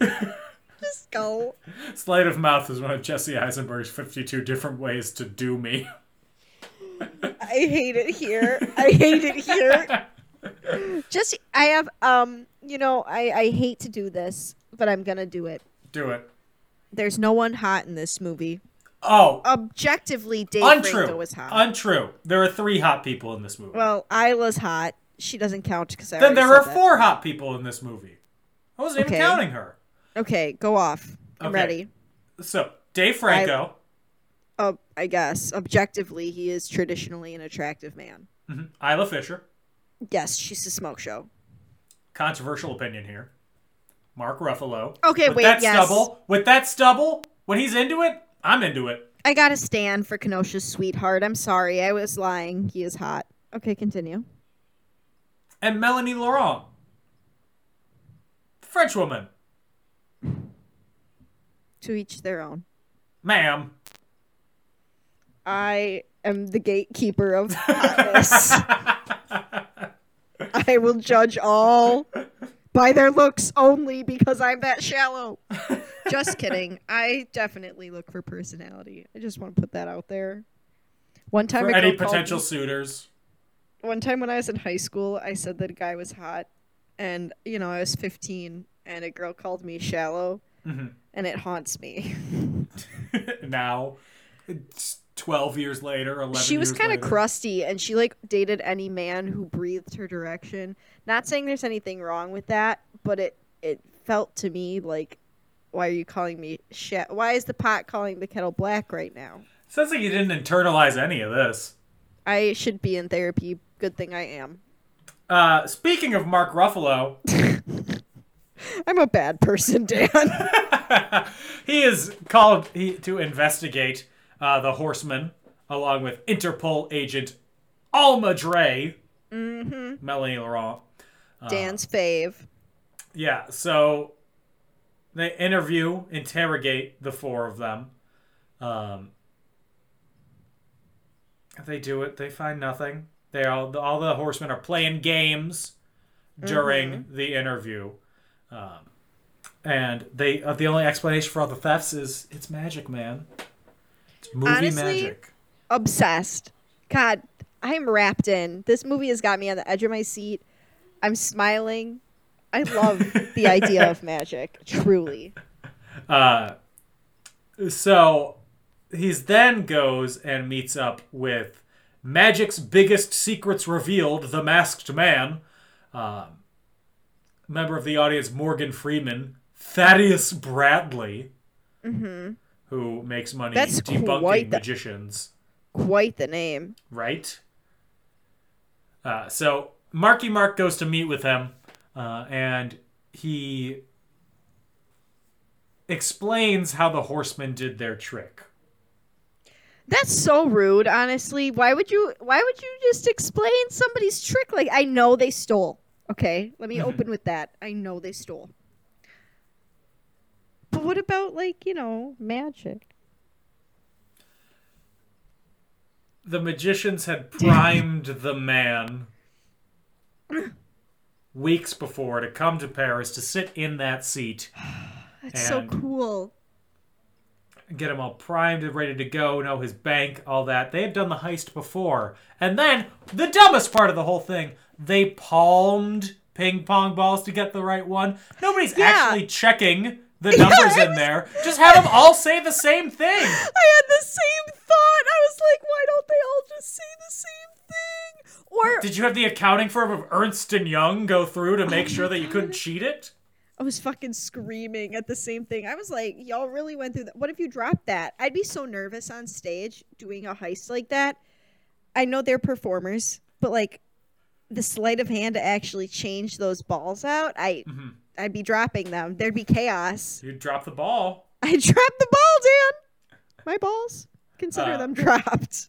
Speaker 2: Just go.
Speaker 1: Sleight of mouth is one of Jesse Eisenberg's 52 different ways to do me.
Speaker 2: I hate it here. I hate it here. Just I have um you know, I I hate to do this, but I'm going to do it.
Speaker 1: Do it.
Speaker 2: There's no one hot in this movie.
Speaker 1: Oh,
Speaker 2: Objectively, Dave Franco
Speaker 1: untrue.
Speaker 2: was hot.
Speaker 1: Untrue. There are three hot people in this movie.
Speaker 2: well, Isla's hot. She doesn't count because I
Speaker 1: then there
Speaker 2: already
Speaker 1: are
Speaker 2: said that.
Speaker 1: four hot people in this movie. I wasn't
Speaker 2: Okay.
Speaker 1: even counting her.
Speaker 2: Okay, go off. I'm
Speaker 1: Okay.
Speaker 2: ready.
Speaker 1: So Dave Franco,
Speaker 2: Oh, I guess objectively, he is traditionally an attractive man.
Speaker 1: mm-hmm, Isla Fisher,
Speaker 2: Yes, she's a smoke show.
Speaker 1: controversial opinion here. Mark Ruffalo.
Speaker 2: Okay,
Speaker 1: with
Speaker 2: wait,
Speaker 1: That
Speaker 2: yes.
Speaker 1: stubble, with that stubble, when he's into it, I'm into it.
Speaker 2: I gotta stand for Kenosha's sweetheart. I'm sorry, I was lying. He is hot. Okay, continue.
Speaker 1: And Melanie Laurent, the French woman,
Speaker 2: To each their own.
Speaker 1: ma'am.
Speaker 2: I am the gatekeeper of hotness. I will judge all by their looks only because I'm that shallow. just kidding. I definitely look for personality. I just want to put that out there. One time,
Speaker 1: For
Speaker 2: a girl
Speaker 1: any
Speaker 2: called
Speaker 1: potential
Speaker 2: me-
Speaker 1: suitors.
Speaker 2: one time when I was in high school, I said that a guy was hot, and you know I was 15, and a girl called me shallow,
Speaker 1: Mm-hmm.
Speaker 2: and it haunts me.
Speaker 1: now, it's 12 years later, 11
Speaker 2: she was
Speaker 1: years
Speaker 2: kind of
Speaker 1: later.
Speaker 2: crusty and she like dated any man who breathed her direction not saying there's anything wrong with that but it it felt to me like why are you calling me shit why is the pot calling the kettle black right now
Speaker 1: Sounds like you didn't internalize any of this.
Speaker 2: i should be in therapy good thing i am
Speaker 1: Uh, speaking of Mark Ruffalo,
Speaker 2: i'm a bad person
Speaker 1: Uh.
Speaker 2: dan
Speaker 1: he is called he, to investigate uh, the horseman along with Interpol agent Alma Dre, mm-hmm. Melanie Laurent.
Speaker 2: dan's fave
Speaker 1: Yeah, so They interview, interrogate the four of them. Um, they do it. They find nothing. They all all the horsemen are playing games during the interview, um, and they uh, the only explanation for all the thefts is it's magic, man. It's movie
Speaker 2: Honestly,
Speaker 1: magic.
Speaker 2: obsessed. God, I'm wrapped in. This movie has got me on the edge of my seat. I'm smiling. I love the idea of magic, truly.
Speaker 1: So he's then goes and meets up with Magic's biggest secrets revealed, the Masked Man. Um, member of the audience, Morgan Freeman, Thaddeus Bradley, who makes money
Speaker 2: Mm-hmm. That's
Speaker 1: debunking
Speaker 2: quite the-
Speaker 1: magicians,
Speaker 2: Quite the name.
Speaker 1: right? Uh, so Marky Mark goes to meet with him, uh, and he explains how the horsemen did their trick.
Speaker 2: That's so rude, honestly. Why would you why would you just explain somebody's trick like I know they stole. Okay, let me open with that. I know they stole. But what about like, you know, magic?
Speaker 1: the magicians had primed the man weeks before to come to Paris to sit in that seat
Speaker 2: That's so
Speaker 1: And-
Speaker 2: cool.
Speaker 1: and get him all primed and ready to go, know his bank, all that. They had done the heist before. And then, the dumbest part of the whole thing, they palmed ping pong balls to get the right one. Nobody's
Speaker 2: Yeah.
Speaker 1: actually checking the numbers in there. Just have them all say the same thing.
Speaker 2: I had the same thought. I was like, why don't they all just say the same thing? Or
Speaker 1: Did you have the accounting firm of Ernst and Young go through to make sure that you couldn't cheat it?
Speaker 2: I was fucking screaming at the same thing. I was like, y'all really went through that. What if you dropped that? I'd be so nervous on stage doing a heist like that. I know they're performers, but like the sleight of hand to actually change those balls out, I I'd be dropping them. There'd be chaos.
Speaker 1: You drop the ball.
Speaker 2: I dropped the ball, Dan. My balls. Consider them dropped.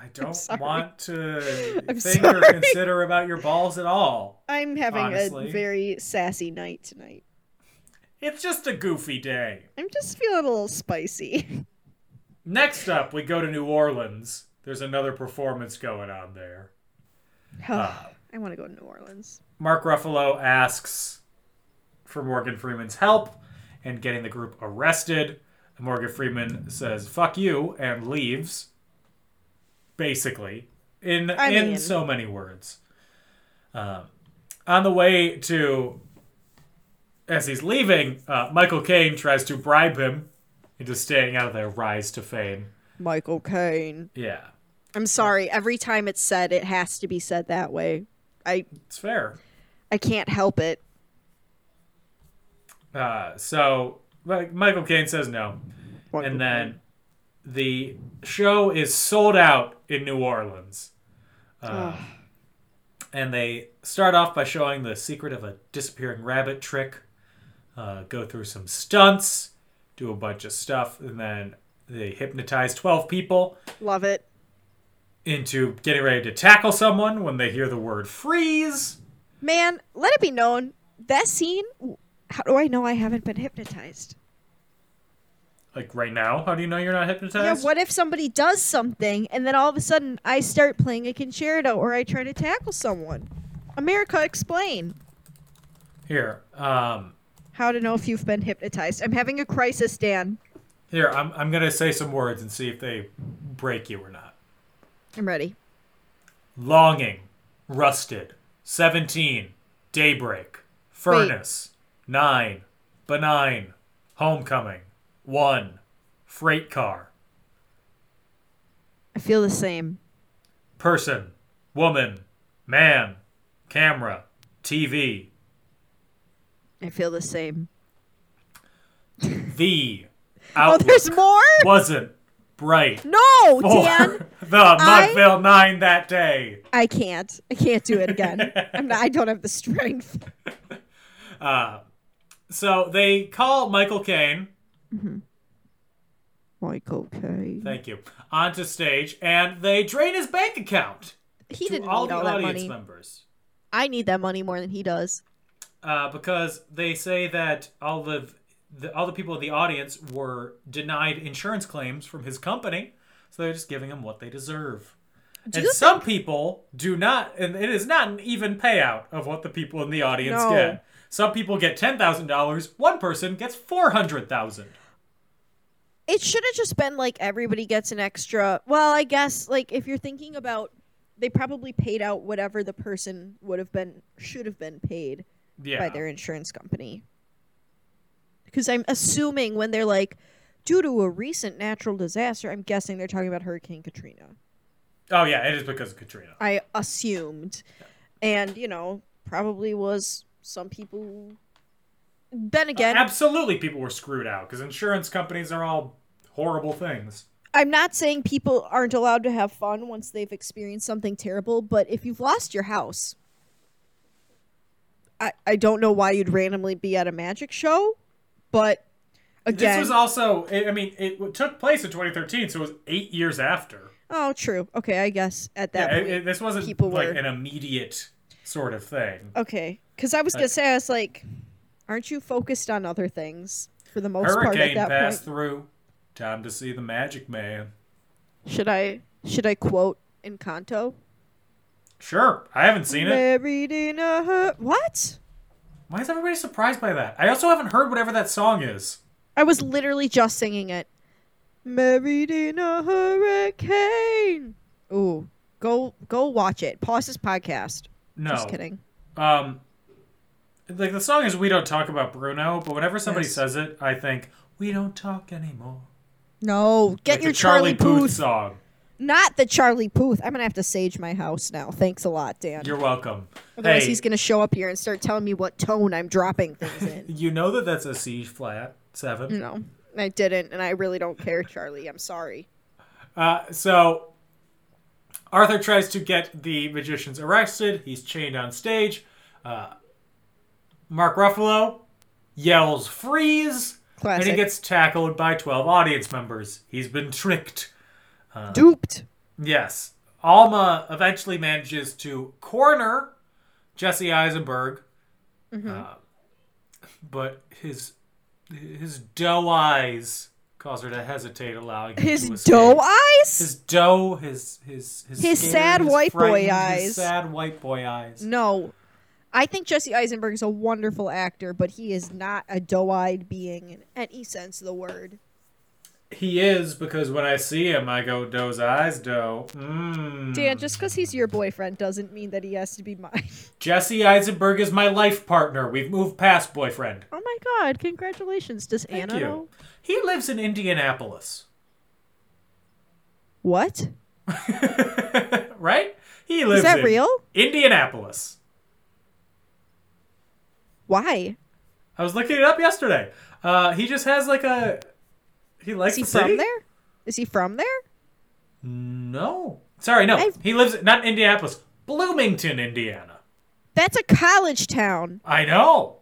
Speaker 1: I don't
Speaker 2: sorry.
Speaker 1: want to
Speaker 2: I'm
Speaker 1: think or
Speaker 2: sorry.
Speaker 1: consider about your balls at all.
Speaker 2: I'm having
Speaker 1: honestly.
Speaker 2: a very sassy night tonight.
Speaker 1: It's just a goofy day.
Speaker 2: I'm just feeling a little spicy.
Speaker 1: Next up, we go to New Orleans. There's another performance going on there.
Speaker 2: I want to go to New Orleans.
Speaker 1: Mark Ruffalo asks for Morgan Freeman's help in getting the group arrested. Morgan Freeman says, fuck you, and leaves. Basically. In
Speaker 2: I
Speaker 1: in
Speaker 2: mean-
Speaker 1: so many words. Um, on the way to as he's leaving, uh, Michael Caine tries to bribe him into staying out of their rise to fame.
Speaker 2: Michael Caine.
Speaker 1: Yeah.
Speaker 2: I'm sorry. Every time it's said, it has to be said that way. I
Speaker 1: It's fair.
Speaker 2: I can't help it.
Speaker 1: Uh, so Mi- Michael Caine says no. and then the show is sold out in New Orleans. Uh, and they start off by showing the secret of a disappearing rabbit trick, uh, go through some stunts, do a bunch of stuff, and then they hypnotize 12 people
Speaker 2: Love it.
Speaker 1: into getting ready to tackle someone when they hear the word freeze.
Speaker 2: Man, let it be known that scene. How do I know I haven't been hypnotized?
Speaker 1: Like right now, how do you know you're not
Speaker 2: Yeah,
Speaker 1: hypnotized?
Speaker 2: what if somebody does something and then all of a sudden I start playing a concerto or I try to tackle someone? America, explain
Speaker 1: Here, um,
Speaker 2: how to know if you've been hypnotized. I'm having a crisis, Dan.
Speaker 1: Here, I'm, I'm going to say some words and see if they break you or not.
Speaker 2: I'm ready.
Speaker 1: Longing, rusted, 17, daybreak, furnace, 9, benign, homecoming, 1, freight car,
Speaker 2: I feel the same.
Speaker 1: person, woman, man, camera, TV,
Speaker 2: I feel the same.
Speaker 1: the,
Speaker 2: Oh,
Speaker 1: outlook,
Speaker 2: there's more?
Speaker 1: wasn't, bright,
Speaker 2: No,
Speaker 1: or
Speaker 2: Dan.
Speaker 1: the Mudville 9 that day.
Speaker 2: I can't. I can't do it again. I'm not, I don't have the strength.
Speaker 1: So they call Michael Caine
Speaker 2: Michael Caine.
Speaker 1: Thank you. Onto stage, and they drain his bank account
Speaker 2: He
Speaker 1: to
Speaker 2: didn't
Speaker 1: all
Speaker 2: need
Speaker 1: the
Speaker 2: all that
Speaker 1: audience
Speaker 2: money.
Speaker 1: members
Speaker 2: I need that money more than he does.
Speaker 1: uh, because they say that all the the all the people in the audience were denied insurance claims from his company, so they're just giving him what they deserve. and
Speaker 2: you
Speaker 1: some people do not, and it is not an even payout of what the people in the audience
Speaker 2: No.
Speaker 1: get. Some people get ten thousand dollars. One person gets four hundred thousand.
Speaker 2: It should have just been like everybody gets an extra. Well, I guess like if you're thinking about, they probably paid out whatever the person would have been should have been paid
Speaker 1: Yeah,
Speaker 2: by their insurance company. Because I'm assuming when they're like, due to a recent natural disaster, I'm guessing they're talking about Hurricane Katrina.
Speaker 1: Oh yeah, it is because of Katrina.
Speaker 2: I assumed. And, you know, probably was some people.
Speaker 1: Uh,
Speaker 2: Then again,
Speaker 1: Absolutely, people were screwed out because insurance companies are all horrible things.
Speaker 2: I'm not saying people aren't allowed to have fun once they've experienced something terrible, but if you've lost your house, I, I don't know why you'd randomly be at a magic show, but again.
Speaker 1: This was also, I I mean, it w- took place in 2013, so it was eight years after.
Speaker 2: oh, true. Okay, I guess at that
Speaker 1: Yeah, it-
Speaker 2: point.
Speaker 1: it- this wasn't
Speaker 2: people
Speaker 1: like
Speaker 2: were- Oh,
Speaker 1: an immediate sort of thing.
Speaker 2: Okay, because I was gonna say I was like, aren't you focused on other things for the most part at
Speaker 1: Hurricane
Speaker 2: that
Speaker 1: passed
Speaker 2: point?
Speaker 1: through. Time to see the Magic Man.
Speaker 2: Should I should I quote Encanto?
Speaker 1: Sure, I haven't seen it.
Speaker 2: Buried in a hur- what?
Speaker 1: Why is everybody surprised by that? I also haven't heard whatever that song is.
Speaker 2: I was literally just singing it. Married in a hurricane. Ooh, go go watch it. Pause this podcast.
Speaker 1: No,
Speaker 2: Just kidding.
Speaker 1: Um, like the song is "We Don't Talk About Bruno," but whenever somebody
Speaker 2: Yes.
Speaker 1: says it, I think "We don't talk anymore."
Speaker 2: No, get
Speaker 1: Like
Speaker 2: your
Speaker 1: the Charlie, Puth,
Speaker 2: Puth.
Speaker 1: song.
Speaker 2: Not the Charlie Puth. I'm gonna have to sage my house now. Thanks a lot, Dan.
Speaker 1: You're welcome.
Speaker 2: Otherwise,
Speaker 1: hey,
Speaker 2: he's going to show up here and start telling me what tone I'm dropping things in.
Speaker 1: you know that that's a C flat seven.
Speaker 2: you know, I didn't, and I really don't care, Charlie. I'm sorry.
Speaker 1: Uh, so Arthur tries to get the magicians arrested. He's chained on stage. Uh, Mark Ruffalo yells "freeze,"
Speaker 2: Classic.
Speaker 1: and he gets tackled by twelve audience members. He's been tricked.
Speaker 2: Duped.
Speaker 1: Yes. Alma eventually manages to corner Jesse Eisenberg.
Speaker 2: Mm-hmm.
Speaker 1: Uh, but his his doe eyes cause her to hesitate allowing him
Speaker 2: His
Speaker 1: to escape.
Speaker 2: doe eyes?
Speaker 1: his doe his his his,
Speaker 2: His
Speaker 1: scared,
Speaker 2: sad
Speaker 1: his
Speaker 2: white boy
Speaker 1: frightened,
Speaker 2: eyes.
Speaker 1: his sad white boy eyes
Speaker 2: no. I think Jesse Eisenberg is a wonderful actor, but he is not a doe eyed being in any sense of the word.
Speaker 1: he is because when i see him i go doe's eyes doe mm.
Speaker 2: Dan, just because he's your boyfriend doesn't mean that he has to be mine.
Speaker 1: jesse eisenberg is my life partner we've moved past boyfriend
Speaker 2: oh my god, congratulations. Does
Speaker 1: thank
Speaker 2: Anna know?
Speaker 1: you he lives in indianapolis
Speaker 2: What?
Speaker 1: right? He lives
Speaker 2: that
Speaker 1: in
Speaker 2: real?
Speaker 1: Indianapolis.
Speaker 2: Why?
Speaker 1: I was looking it up yesterday. Uh, he just has like a he likes
Speaker 2: Is he
Speaker 1: the city?
Speaker 2: from there? Is he from there?
Speaker 1: No, sorry, no.
Speaker 2: I've-
Speaker 1: He lives not in Indianapolis, Bloomington, Indiana.
Speaker 2: That's a college town.
Speaker 1: I know.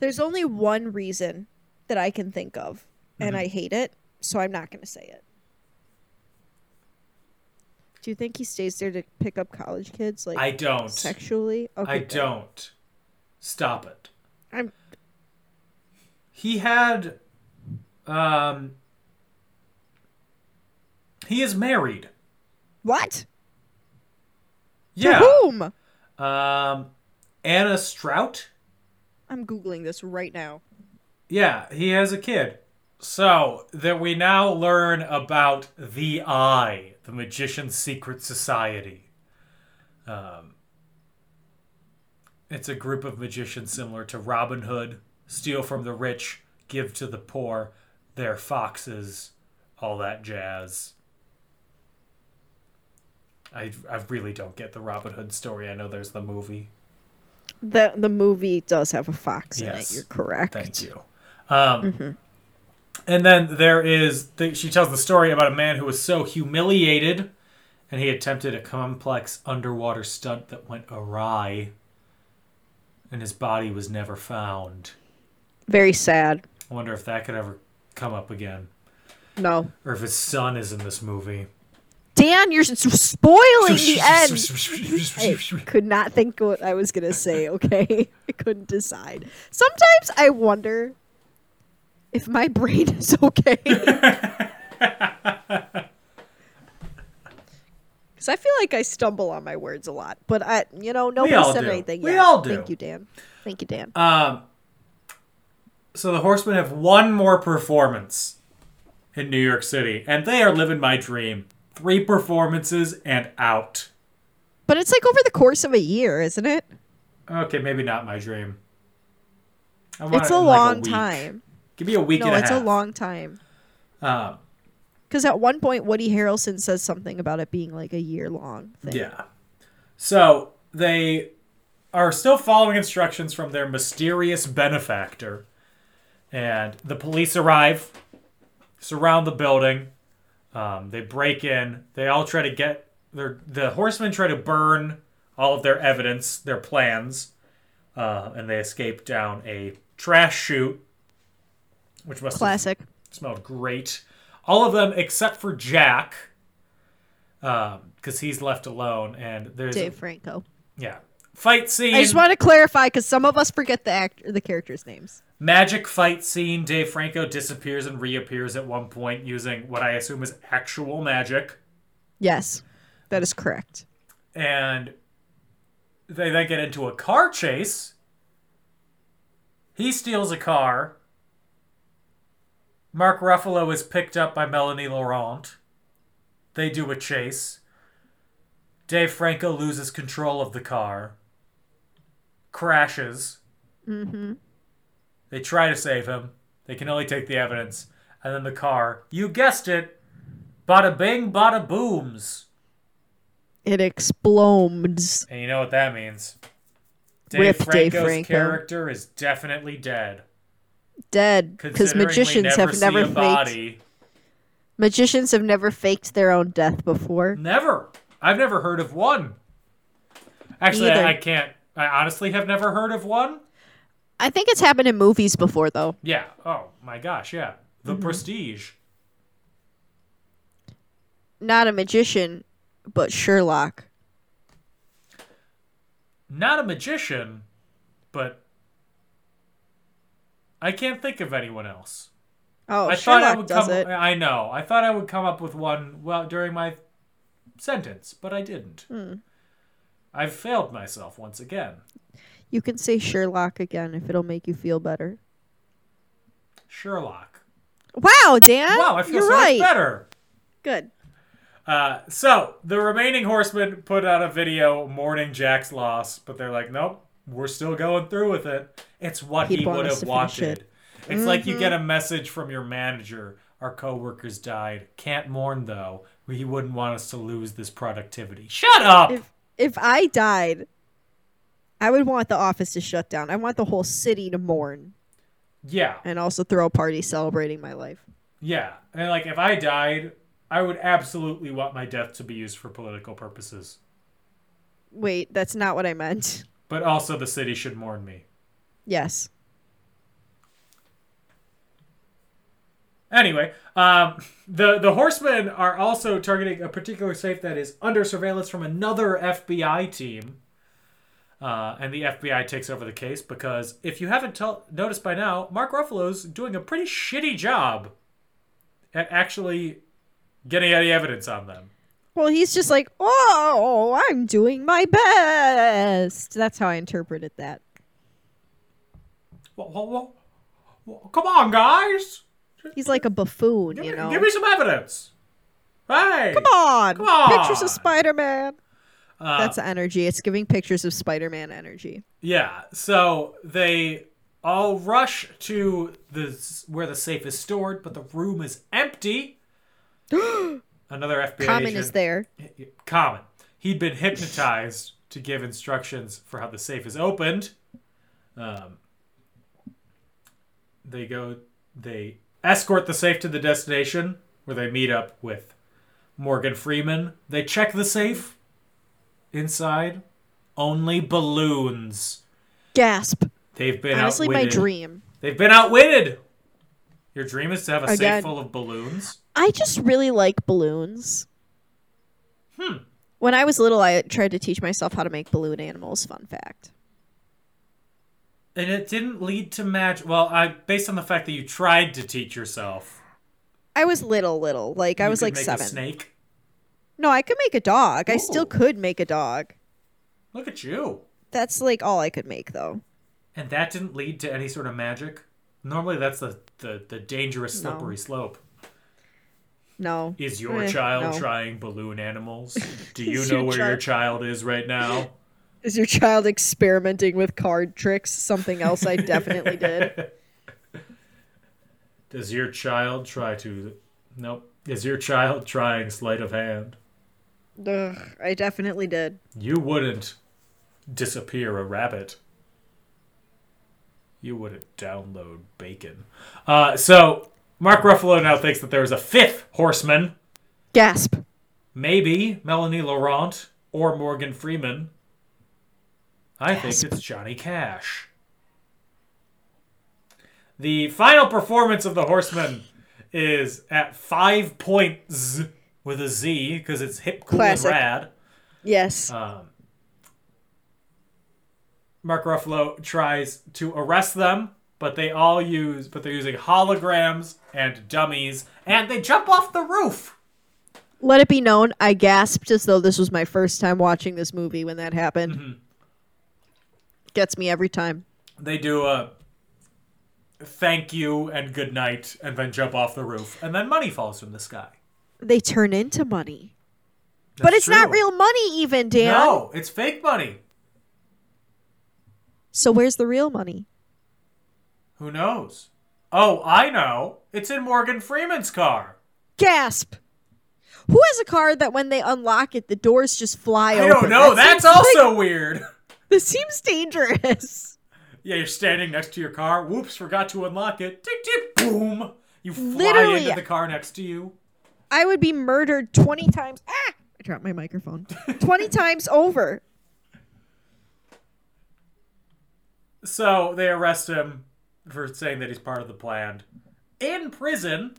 Speaker 2: There's only one reason that I can think of, and
Speaker 1: Mm-hmm.
Speaker 2: I hate it, so I'm not going to say it. Do you think he stays there to pick up college kids, like
Speaker 1: I don't.
Speaker 2: sexually? Okay,
Speaker 1: I
Speaker 2: good.
Speaker 1: don't. Stop it.
Speaker 2: I'm
Speaker 1: He had, um, he is married.
Speaker 2: what?
Speaker 1: Yeah.
Speaker 2: To whom?
Speaker 1: Um, Anna Strout.
Speaker 2: I'm googling this right now.
Speaker 1: Yeah, he has a kid. So that we now learn about the Eye, the Magician's Secret Society. Um, it's a group of magicians similar to Robin Hood, steal from the rich, give to the poor, they're foxes, all that jazz. I, I really don't get the Robin Hood story. I know there's the movie.
Speaker 2: The the movie does have a fox in it.
Speaker 1: Yes.
Speaker 2: You're correct.
Speaker 1: Thank you. Um,
Speaker 2: Mm-hmm.
Speaker 1: And then there is, the, she tells the story about a man who was so humiliated and he attempted a complex underwater stunt that went awry and his body was never found.
Speaker 2: Very sad.
Speaker 1: I wonder if that could ever come up again
Speaker 2: No,
Speaker 1: or if his son is in this movie.
Speaker 2: Dan, you're s- spoiling the end. I could not think what I was gonna say. Okay, I couldn't decide. Sometimes I wonder if my brain is okay. Because I feel like I stumble on my words a lot, but I, you know, nobody
Speaker 1: all
Speaker 2: said
Speaker 1: do.
Speaker 2: anything.
Speaker 1: We
Speaker 2: yet.
Speaker 1: all do.
Speaker 2: Thank you, Dan. Thank you, Dan.
Speaker 1: So the Horsemen have one more performance in New York City, and they are living my dream. Three performances and out.
Speaker 2: but it's like over the course of a year, isn't it?
Speaker 1: Okay, maybe not my dream. I want
Speaker 2: It's
Speaker 1: it
Speaker 2: a
Speaker 1: in, like,
Speaker 2: long
Speaker 1: week.
Speaker 2: time.
Speaker 1: Give me a week
Speaker 2: No,
Speaker 1: and a
Speaker 2: it's
Speaker 1: half.
Speaker 2: a Uh, long time.
Speaker 1: Um,
Speaker 2: Because at one point, Woody Harrelson says something about it being like a year long thing.
Speaker 1: Yeah. So they are still following instructions from their mysterious benefactor. And the police arrive, surround the building. Um, they break in. They all try to get their. The horsemen try to burn all of their evidence, their plans. Uh, and they escape down a trash chute, which must have
Speaker 2: Classic.
Speaker 1: smelled great. All of them except for Jack, because he's left alone. And there's
Speaker 2: Dave Franco.
Speaker 1: yeah fight scene,
Speaker 2: I just want to clarify because some of us forget the actor, the characters' names.
Speaker 1: magic fight scene. Dave Franco disappears and reappears at one point using what I assume is actual magic,
Speaker 2: Yes, that is correct.
Speaker 1: and they then get into a car chase. He steals a car. Mark Ruffalo is picked up by Melanie Laurent. They do a chase. Dave Franco loses control of the car, crashes. Mm-hmm. They try to save him. They can only take the evidence. And then the car, you guessed it, bada bing, bada booms.
Speaker 2: It explodes.
Speaker 1: And you know what that means. Dave
Speaker 2: Rip Dave
Speaker 1: Franco's
Speaker 2: Franco.
Speaker 1: character is definitely dead.
Speaker 2: Dead because
Speaker 1: Considering we
Speaker 2: magicians
Speaker 1: never
Speaker 2: have
Speaker 1: see
Speaker 2: never
Speaker 1: a
Speaker 2: faked.
Speaker 1: body.
Speaker 2: Magicians have never faked their own death before.
Speaker 1: Never. I've never heard of one. Actually,
Speaker 2: Either.
Speaker 1: I, I can't. I honestly have never heard of one.
Speaker 2: I think it's happened in movies before, though.
Speaker 1: Yeah. Oh my gosh. Yeah. The
Speaker 2: Mm-hmm.
Speaker 1: Prestige.
Speaker 2: Not a magician, but Sherlock.
Speaker 1: Not a magician, but I can't think of anyone else.
Speaker 2: Oh,
Speaker 1: I thought I
Speaker 2: Sherlock
Speaker 1: would
Speaker 2: does
Speaker 1: come.
Speaker 2: it.
Speaker 1: I know. I thought I would come up with one well during my sentence, but I didn't.
Speaker 2: Hmm.
Speaker 1: I've failed myself once again.
Speaker 2: You can say Sherlock again if it'll make you feel better.
Speaker 1: Sherlock.
Speaker 2: Wow, Dan.
Speaker 1: Wow, I feel
Speaker 2: Oh, you're
Speaker 1: so
Speaker 2: right.
Speaker 1: much better.
Speaker 2: Good.
Speaker 1: Uh, so the remaining horsemen put out a video mourning Jack's loss, but they're like, nope, we're still going through with it. It's what
Speaker 2: He'd
Speaker 1: he
Speaker 2: want
Speaker 1: would
Speaker 2: us
Speaker 1: have
Speaker 2: to finish
Speaker 1: wanted. It's like
Speaker 2: Mm-hmm.
Speaker 1: you get a message from your manager. Our coworkers died. Can't mourn though. He wouldn't want us to lose this productivity. Shut up.
Speaker 2: If if I died, I would want the office to shut down. I want the whole city to mourn
Speaker 1: yeah.
Speaker 2: and also throw a party celebrating my life.
Speaker 1: Yeah, and like if I died, I would absolutely want my death to be used for political purposes.
Speaker 2: Wait, that's not what I meant.
Speaker 1: But also, the city should mourn me.
Speaker 2: Yes.
Speaker 1: Anyway, um, the the horsemen are also targeting a particular safe that is under surveillance from another FBI team, uh, and the FBI takes over the case because if you haven't tell noticed by now, Mark Ruffalo's doing a pretty shitty job at actually getting any evidence on them.
Speaker 2: Well, he's just like, "Oh, I'm doing my best." That's how I interpreted that.
Speaker 1: Wha- wha- wha- wha- Come on, guys!
Speaker 2: He's like a buffoon,
Speaker 1: Give,
Speaker 2: you
Speaker 1: me,
Speaker 2: know.
Speaker 1: give me some evidence. Hey.
Speaker 2: Come on.
Speaker 1: Come on. Uh,
Speaker 2: Pictures of Spider-Man. That's the energy. It's giving pictures of Spider-Man energy.
Speaker 1: Yeah. So they all rush to the where the safe is stored, but the room is empty. Another FBI
Speaker 2: Common
Speaker 1: agent.
Speaker 2: is there.
Speaker 1: Common. He'd been hypnotized to give instructions for how the safe is opened. Um, they go. They escort the safe to the destination where they meet up with Morgan Freeman. They check the safe. Inside, only balloons.
Speaker 2: Gasp.
Speaker 1: They've been
Speaker 2: Honestly, my
Speaker 1: outwitted.
Speaker 2: dream.
Speaker 1: They've been outwitted. Your dream is to have a
Speaker 2: Again.
Speaker 1: safe full of balloons.
Speaker 2: I just really like balloons.
Speaker 1: Hmm.
Speaker 2: When I was little, I tried to teach myself how to make balloon animals. Fun fact.
Speaker 1: And it didn't lead to magic. Well, I based on the fact that you tried to teach yourself.
Speaker 2: I was little, little. Like I
Speaker 1: you
Speaker 2: was
Speaker 1: could
Speaker 2: like
Speaker 1: make
Speaker 2: seven.
Speaker 1: A snake. Oh.
Speaker 2: No, I could make a dog. I
Speaker 1: Ooh.
Speaker 2: still could make a dog.
Speaker 1: Look at you.
Speaker 2: That's like all I could make though.
Speaker 1: And that didn't lead to any sort of magic. Normally, that's the the, the dangerous
Speaker 2: No.
Speaker 1: slippery slope.
Speaker 2: No.
Speaker 1: Is your
Speaker 2: Eh,
Speaker 1: child
Speaker 2: no.
Speaker 1: trying balloon animals? Do you
Speaker 2: Is
Speaker 1: know
Speaker 2: your
Speaker 1: where your
Speaker 2: child-
Speaker 1: child is right now?
Speaker 2: Is your child experimenting with card tricks? Something else I definitely did.
Speaker 1: Does your child try to? Nope. Is your child trying sleight of hand?
Speaker 2: Ugh, I definitely did.
Speaker 1: You wouldn't disappear a rabbit. You wouldn't download bacon. Uh, so Mark Ruffalo now thinks that there is a fifth horseman.
Speaker 2: Gasp.
Speaker 1: Maybe Melanie Laurent or Morgan Freeman. I think it's Johnny Cash. The final performance of the Horsemen is at five points with a Z because it's hip, cool,
Speaker 2: Classic.
Speaker 1: and rad.
Speaker 2: Yes.
Speaker 1: Um, Mark Ruffalo tries to arrest them, but they all use, but they're using holograms and dummies, and they jump off the roof.
Speaker 2: Let it be known, I gasped as though this was my first time watching this movie when that happened.
Speaker 1: Mm-hmm.
Speaker 2: Gets me every time.
Speaker 1: They do a thank you and good night, and then jump off the roof, and then money falls from the sky.
Speaker 2: They turn into money. but
Speaker 1: That's
Speaker 2: it's not
Speaker 1: true.
Speaker 2: real money, even, Dan.
Speaker 1: No, it's fake money.
Speaker 2: So where's the real money?
Speaker 1: Who knows? Oh, I know. It's in Morgan Freeman's car.
Speaker 2: Gasp! Who has a car that when they unlock it, the doors just fly
Speaker 1: I
Speaker 2: open?
Speaker 1: don't know.
Speaker 2: That
Speaker 1: That's
Speaker 2: seems like-
Speaker 1: also weird.
Speaker 2: this seems dangerous.
Speaker 1: Yeah, you're standing next to your car. Whoops, forgot to unlock it. Tick, tick, boom. You fly
Speaker 2: Literally.
Speaker 1: into the car next to you.
Speaker 2: I would be murdered 20 times. Ah! I dropped my microphone. 20 times over.
Speaker 1: So they arrest him for saying that he's part of the plan. In prison,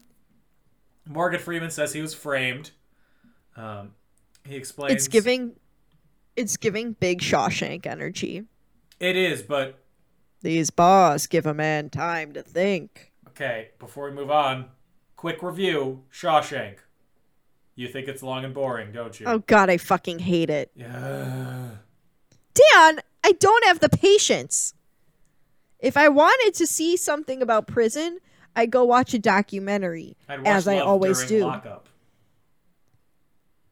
Speaker 1: Morgan Freeman says he was framed. Um, he explains.
Speaker 2: It's giving. It's giving big Shawshank energy.
Speaker 1: It is, but
Speaker 2: These bars give a man time to think.
Speaker 1: okay. Before we move on, quick review: Shawshank. You think it's long and boring, don't you?
Speaker 2: Oh god, I fucking hate it.
Speaker 1: Yeah.
Speaker 2: Dan, I don't have the patience. If I wanted to see something about prison, I go watch a documentary,
Speaker 1: I'd watch
Speaker 2: as I
Speaker 1: Love
Speaker 2: always
Speaker 1: During
Speaker 2: do.
Speaker 1: Lockup.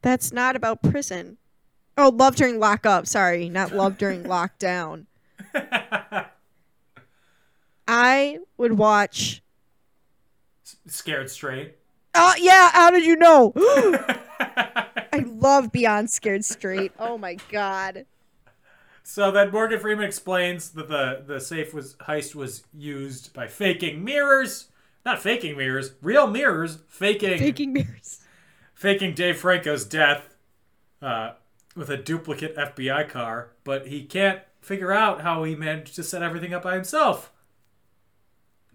Speaker 2: That's not about prison. Oh, love during lockup. Sorry, not love during lockdown. I would watch.
Speaker 1: Scared straight.
Speaker 2: Oh yeah, how did you know? I love Beyond Scared Straight. Oh my god.
Speaker 1: So then Morgan Freeman explains that the, the safe was heist was used by faking mirrors. Not faking mirrors, real mirrors, faking faking,
Speaker 2: Taking mirrors.
Speaker 1: Dave Franco's death uh, with a duplicate FBI car, but he can't figure out how he managed to set everything up by himself.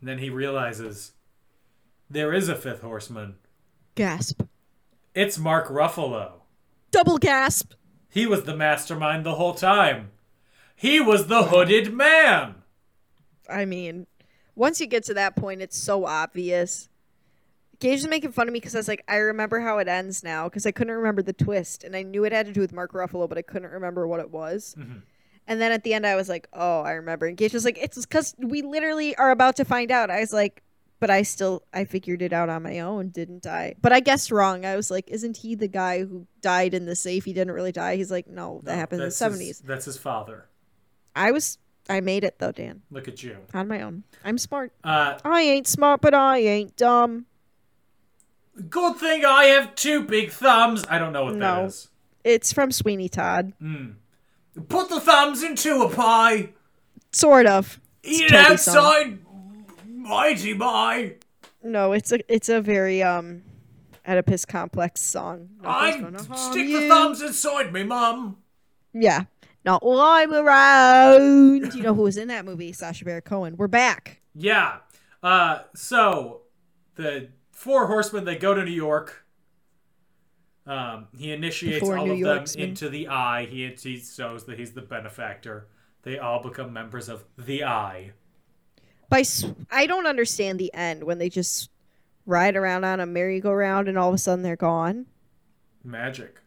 Speaker 1: And then he realizes there is a fifth horseman.
Speaker 2: Gasp.
Speaker 1: It's Mark Ruffalo.
Speaker 2: Double gasp.
Speaker 1: He was the mastermind the whole time. He was the hooded man.
Speaker 2: I mean, once you get to that point, it's so obvious. Gage was making fun of me because I was like, I remember how it ends now because I couldn't remember the twist, and I knew it had to do with Mark Ruffalo, but I couldn't remember what it was. And then at the end, I was like, Oh, I remember. And Gage was like, It's because we literally are about to find out. I was like, But I still, I figured it out on my own, didn't I? But I guessed wrong. I was like, Isn't he the guy who died in the safe? He didn't really die. He's like, No, that happened in the
Speaker 1: Oh, That's his-
Speaker 2: seventies.
Speaker 1: That's his father.
Speaker 2: I was, I made it though, Dan,
Speaker 1: Look at you.
Speaker 2: on my own. I'm smart.
Speaker 1: Uh,
Speaker 2: I ain't smart, but I ain't dumb.
Speaker 1: good thing I have two big thumbs. I don't know what that
Speaker 2: No.
Speaker 1: is.
Speaker 2: It's from Sweeney Todd.
Speaker 1: Put the thumbs into a pie.
Speaker 2: Sort of.
Speaker 1: Eat it
Speaker 2: It's a Toby song.
Speaker 1: outside. Mighty my.
Speaker 2: No, it's a it's a very um Oedipus complex song. Nothing's
Speaker 1: I
Speaker 2: gonna harm
Speaker 1: stick the
Speaker 2: you.
Speaker 1: thumbs inside me, mum.
Speaker 2: Yeah. Not while I'm around. you know who was in that movie? Sasha Baron Cohen. We're back.
Speaker 1: Yeah. Uh, so the four horsemen they go to New York. Um, he initiates
Speaker 2: Before
Speaker 1: all
Speaker 2: New
Speaker 1: of them
Speaker 2: Yorksman.
Speaker 1: into the Eye. He, he shows that he's the benefactor. They all become members of the Eye.
Speaker 2: By sw- I don't understand the end when they just ride around on a merry-go-round and all of a sudden they're gone.
Speaker 1: Magic.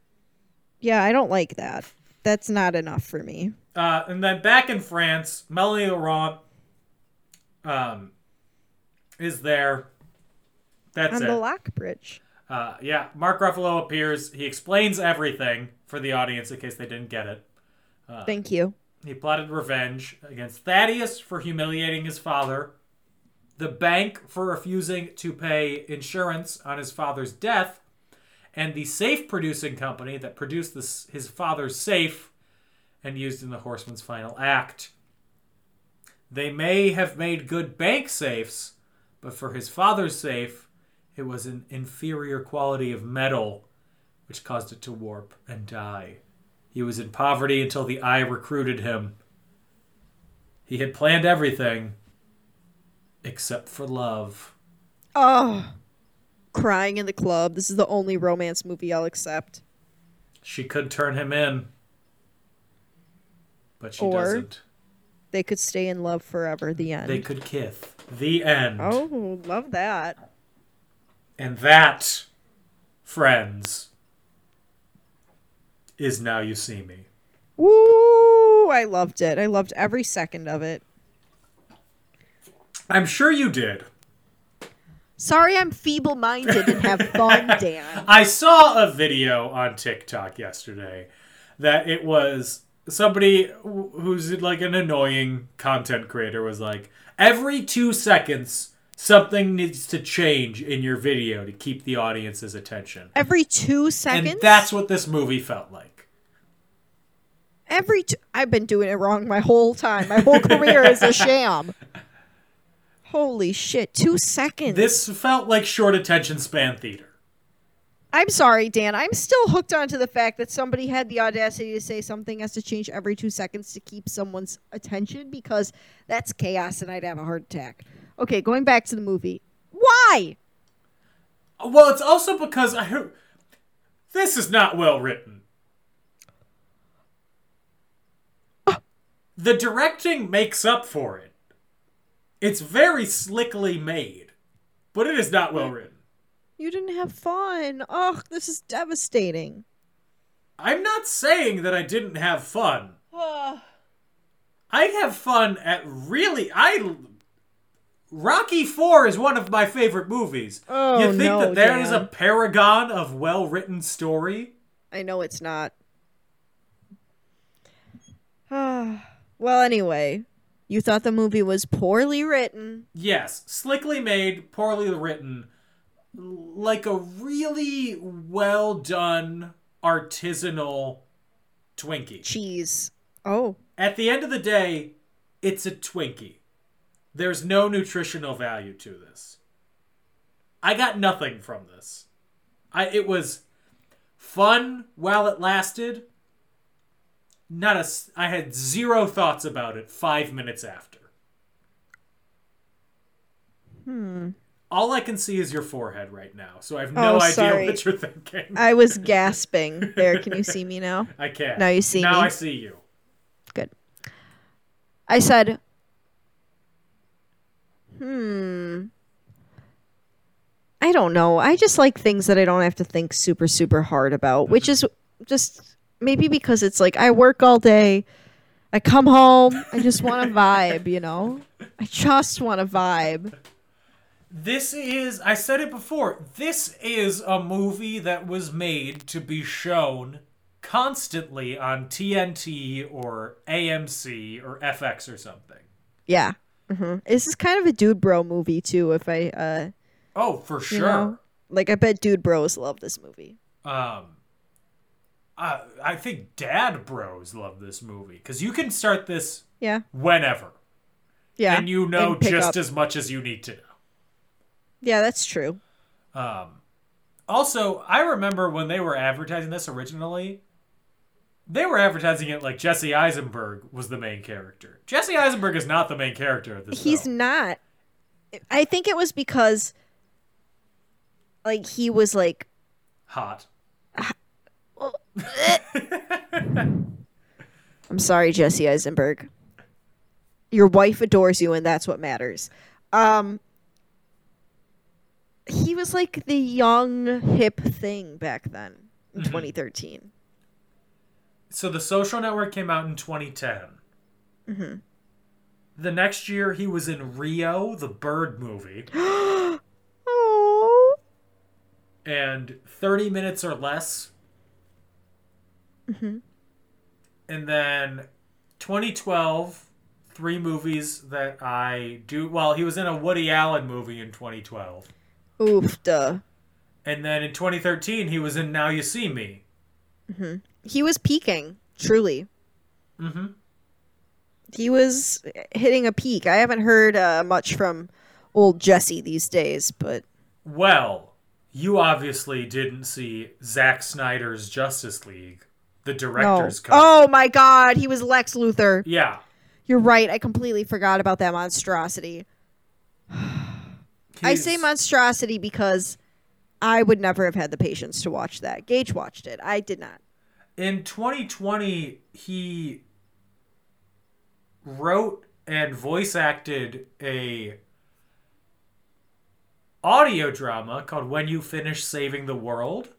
Speaker 2: Yeah, I don't like that. That's not enough for me.
Speaker 1: Uh, and then back in France, Melanie Laurent um, is there. That's
Speaker 2: on
Speaker 1: it.
Speaker 2: the lock bridge.
Speaker 1: Uh, yeah, Mark Ruffalo appears. He explains everything for the audience in case they didn't get it.
Speaker 2: Thank you.
Speaker 1: He plotted revenge against Thaddeus for humiliating his father, the bank for refusing to pay insurance on his father's death, and the safe producing company that produced this, his father's safe and used in the Horseman's final act. They may have made good bank safes, but for his father's safe, it was an inferior quality of metal, which caused it to warp and die. He was in poverty until the Eye recruited him. He had planned everything except for love.
Speaker 2: Oh, crying in the club. This is the only romance movie I'll accept.
Speaker 1: She could turn him in, but she
Speaker 2: Or-
Speaker 1: doesn't.
Speaker 2: They could stay in love forever. The end.
Speaker 1: They could kiss. The end.
Speaker 2: oh, love that.
Speaker 1: And that, friends, is Now You See Me.
Speaker 2: Woo! I loved it. I loved every second of it.
Speaker 1: I'm sure you did.
Speaker 2: Sorry, I'm feeble-minded and have fun, Dan.
Speaker 1: I saw a video on TikTok yesterday that it was somebody wh- who's like an annoying content creator was like, every two seconds, something needs to change in your video to keep the audience's attention.
Speaker 2: Every two seconds.
Speaker 1: And that's what this movie felt like.
Speaker 2: every. Two- I've been doing it wrong my whole time. My whole career is a sham. Holy shit! Two seconds.
Speaker 1: This felt like short attention span theater.
Speaker 2: I'm sorry, Dan. I'm still hooked onto the fact that somebody had the audacity to say something has to change every two seconds to keep someone's attention because that's chaos and I'd have a heart attack. Okay, going back to the movie. Why?
Speaker 1: Well, it's also because I. This is not well written. The directing makes up for it. It's very slickly made, but it is not well written.
Speaker 2: You didn't have fun. Ugh, this is devastating.
Speaker 1: I'm not saying that I didn't have fun.
Speaker 2: Ah.
Speaker 1: I have fun at really. I. Rocky Four is one of my favorite movies.
Speaker 2: Oh,
Speaker 1: you think
Speaker 2: no,
Speaker 1: that there is
Speaker 2: Dan.
Speaker 1: a paragon of well written story?
Speaker 2: I know it's not. well, anyway, you thought the movie was poorly written.
Speaker 1: Yes, slickly made, poorly written, like a really well done artisanal Twinkie.
Speaker 2: Cheese. Oh,
Speaker 1: At the end of the day, it's a Twinkie. There's no nutritional value to this. I got nothing from this. I it was fun while it lasted. Not a s- I had zero thoughts about it 5 minutes after. All I can see is your forehead right now, so I have no
Speaker 2: Hmm. Oh,
Speaker 1: idea
Speaker 2: sorry.
Speaker 1: what you're thinking.
Speaker 2: I was gasping. There, can you see me now?
Speaker 1: I can't.
Speaker 2: Now you see
Speaker 1: Now
Speaker 2: me.
Speaker 1: I see you.
Speaker 2: Good. I said, hmm. "Hmm. I don't know. I just like things that I don't have to think super, super hard about, which
Speaker 1: Mm-hmm.
Speaker 2: is just maybe because it's like I work all day. I come home. I just want to vibe, you know? I just want to vibe.
Speaker 1: This is, I said it before, this is a movie that was made to be shown constantly on TNT or AMC or FX or something.
Speaker 2: Yeah.
Speaker 1: Mm-hmm.
Speaker 2: hmm This is kind of a dude bro movie, too, if I, uh,
Speaker 1: Oh, for sure.
Speaker 2: you know? Like, I bet dude bros love this movie.
Speaker 1: Um, I, I think dad bros love this movie because you can start this
Speaker 2: Yeah.
Speaker 1: whenever
Speaker 2: Yeah.
Speaker 1: and you know
Speaker 2: pick
Speaker 1: just
Speaker 2: up.
Speaker 1: as much as you need to know.
Speaker 2: Yeah, that's true.
Speaker 1: Um, also, I remember when they were advertising this originally, they were advertising it like Jesse Eisenberg was the main character. Jesse Eisenberg is not the main character of this.
Speaker 2: he's
Speaker 1: film.
Speaker 2: not i think it was because like he was like
Speaker 1: hot.
Speaker 2: I'm sorry, Jesse Eisenberg. Your wife adores you, and that's what matters. Um, he was like the young, hip thing back then in 2013.
Speaker 1: So the Social Network came out in 2010. The next year, he was in Rio, the Bird movie,
Speaker 2: Oh,
Speaker 1: and 30 minutes or less.
Speaker 2: Mm-hmm.
Speaker 1: And then 2012, three movies that I do. Well, he was in a Woody Allen movie in 2012.
Speaker 2: oof, duh.
Speaker 1: And then in 2013, he was in Now You See Me.
Speaker 2: He was peaking, truly.
Speaker 1: hmm
Speaker 2: He was hitting a peak. I haven't heard uh, much from old Jesse these days, but
Speaker 1: Well, you obviously didn't see Zack Snyder's Justice League, the
Speaker 2: no.
Speaker 1: director's cut.
Speaker 2: Oh my God, he was Lex Luthor.
Speaker 1: Yeah,
Speaker 2: You're right. I completely forgot about that monstrosity. I say
Speaker 1: he's-
Speaker 2: monstrosity because I would never have had the patience to watch that. Gage watched it. I did not.
Speaker 1: in 2020 he wrote and voice acted a audio drama called When You Finish Saving the World,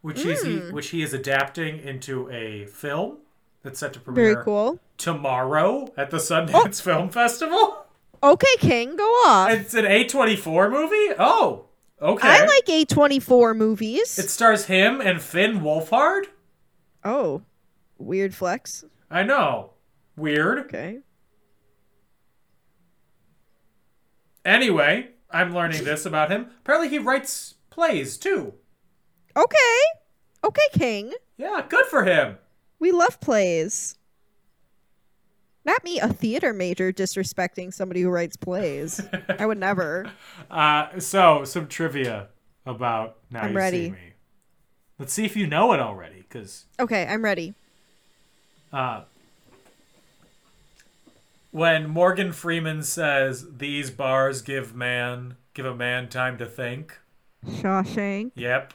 Speaker 1: which is he, which he is adapting into a film that's set to premiere
Speaker 2: Very cool. Oh.
Speaker 1: tomorrow at the Sundance Film Festival.
Speaker 2: Okay, King, go off.
Speaker 1: It's an A24 movie? Oh, okay.
Speaker 2: I like A24 movies.
Speaker 1: It stars him and Finn Wolfhard?
Speaker 2: oh, weird flex.
Speaker 1: I know. Weird.
Speaker 2: Okay.
Speaker 1: Anyway, I'm learning this about him. Apparently, he writes plays too.
Speaker 2: Okay. Okay, King.
Speaker 1: Yeah, good for him.
Speaker 2: We love plays. Not me, a theater major, disrespecting somebody who writes plays. I would never.
Speaker 1: Uh, so, some trivia about Now
Speaker 2: I'm
Speaker 1: You
Speaker 2: ready.
Speaker 1: See Me. Let's see if you know it already, because
Speaker 2: Okay, I'm ready.
Speaker 1: uh, when Morgan Freeman says, "These bars give man give a man time to think,"
Speaker 2: Shawshank.
Speaker 1: yep,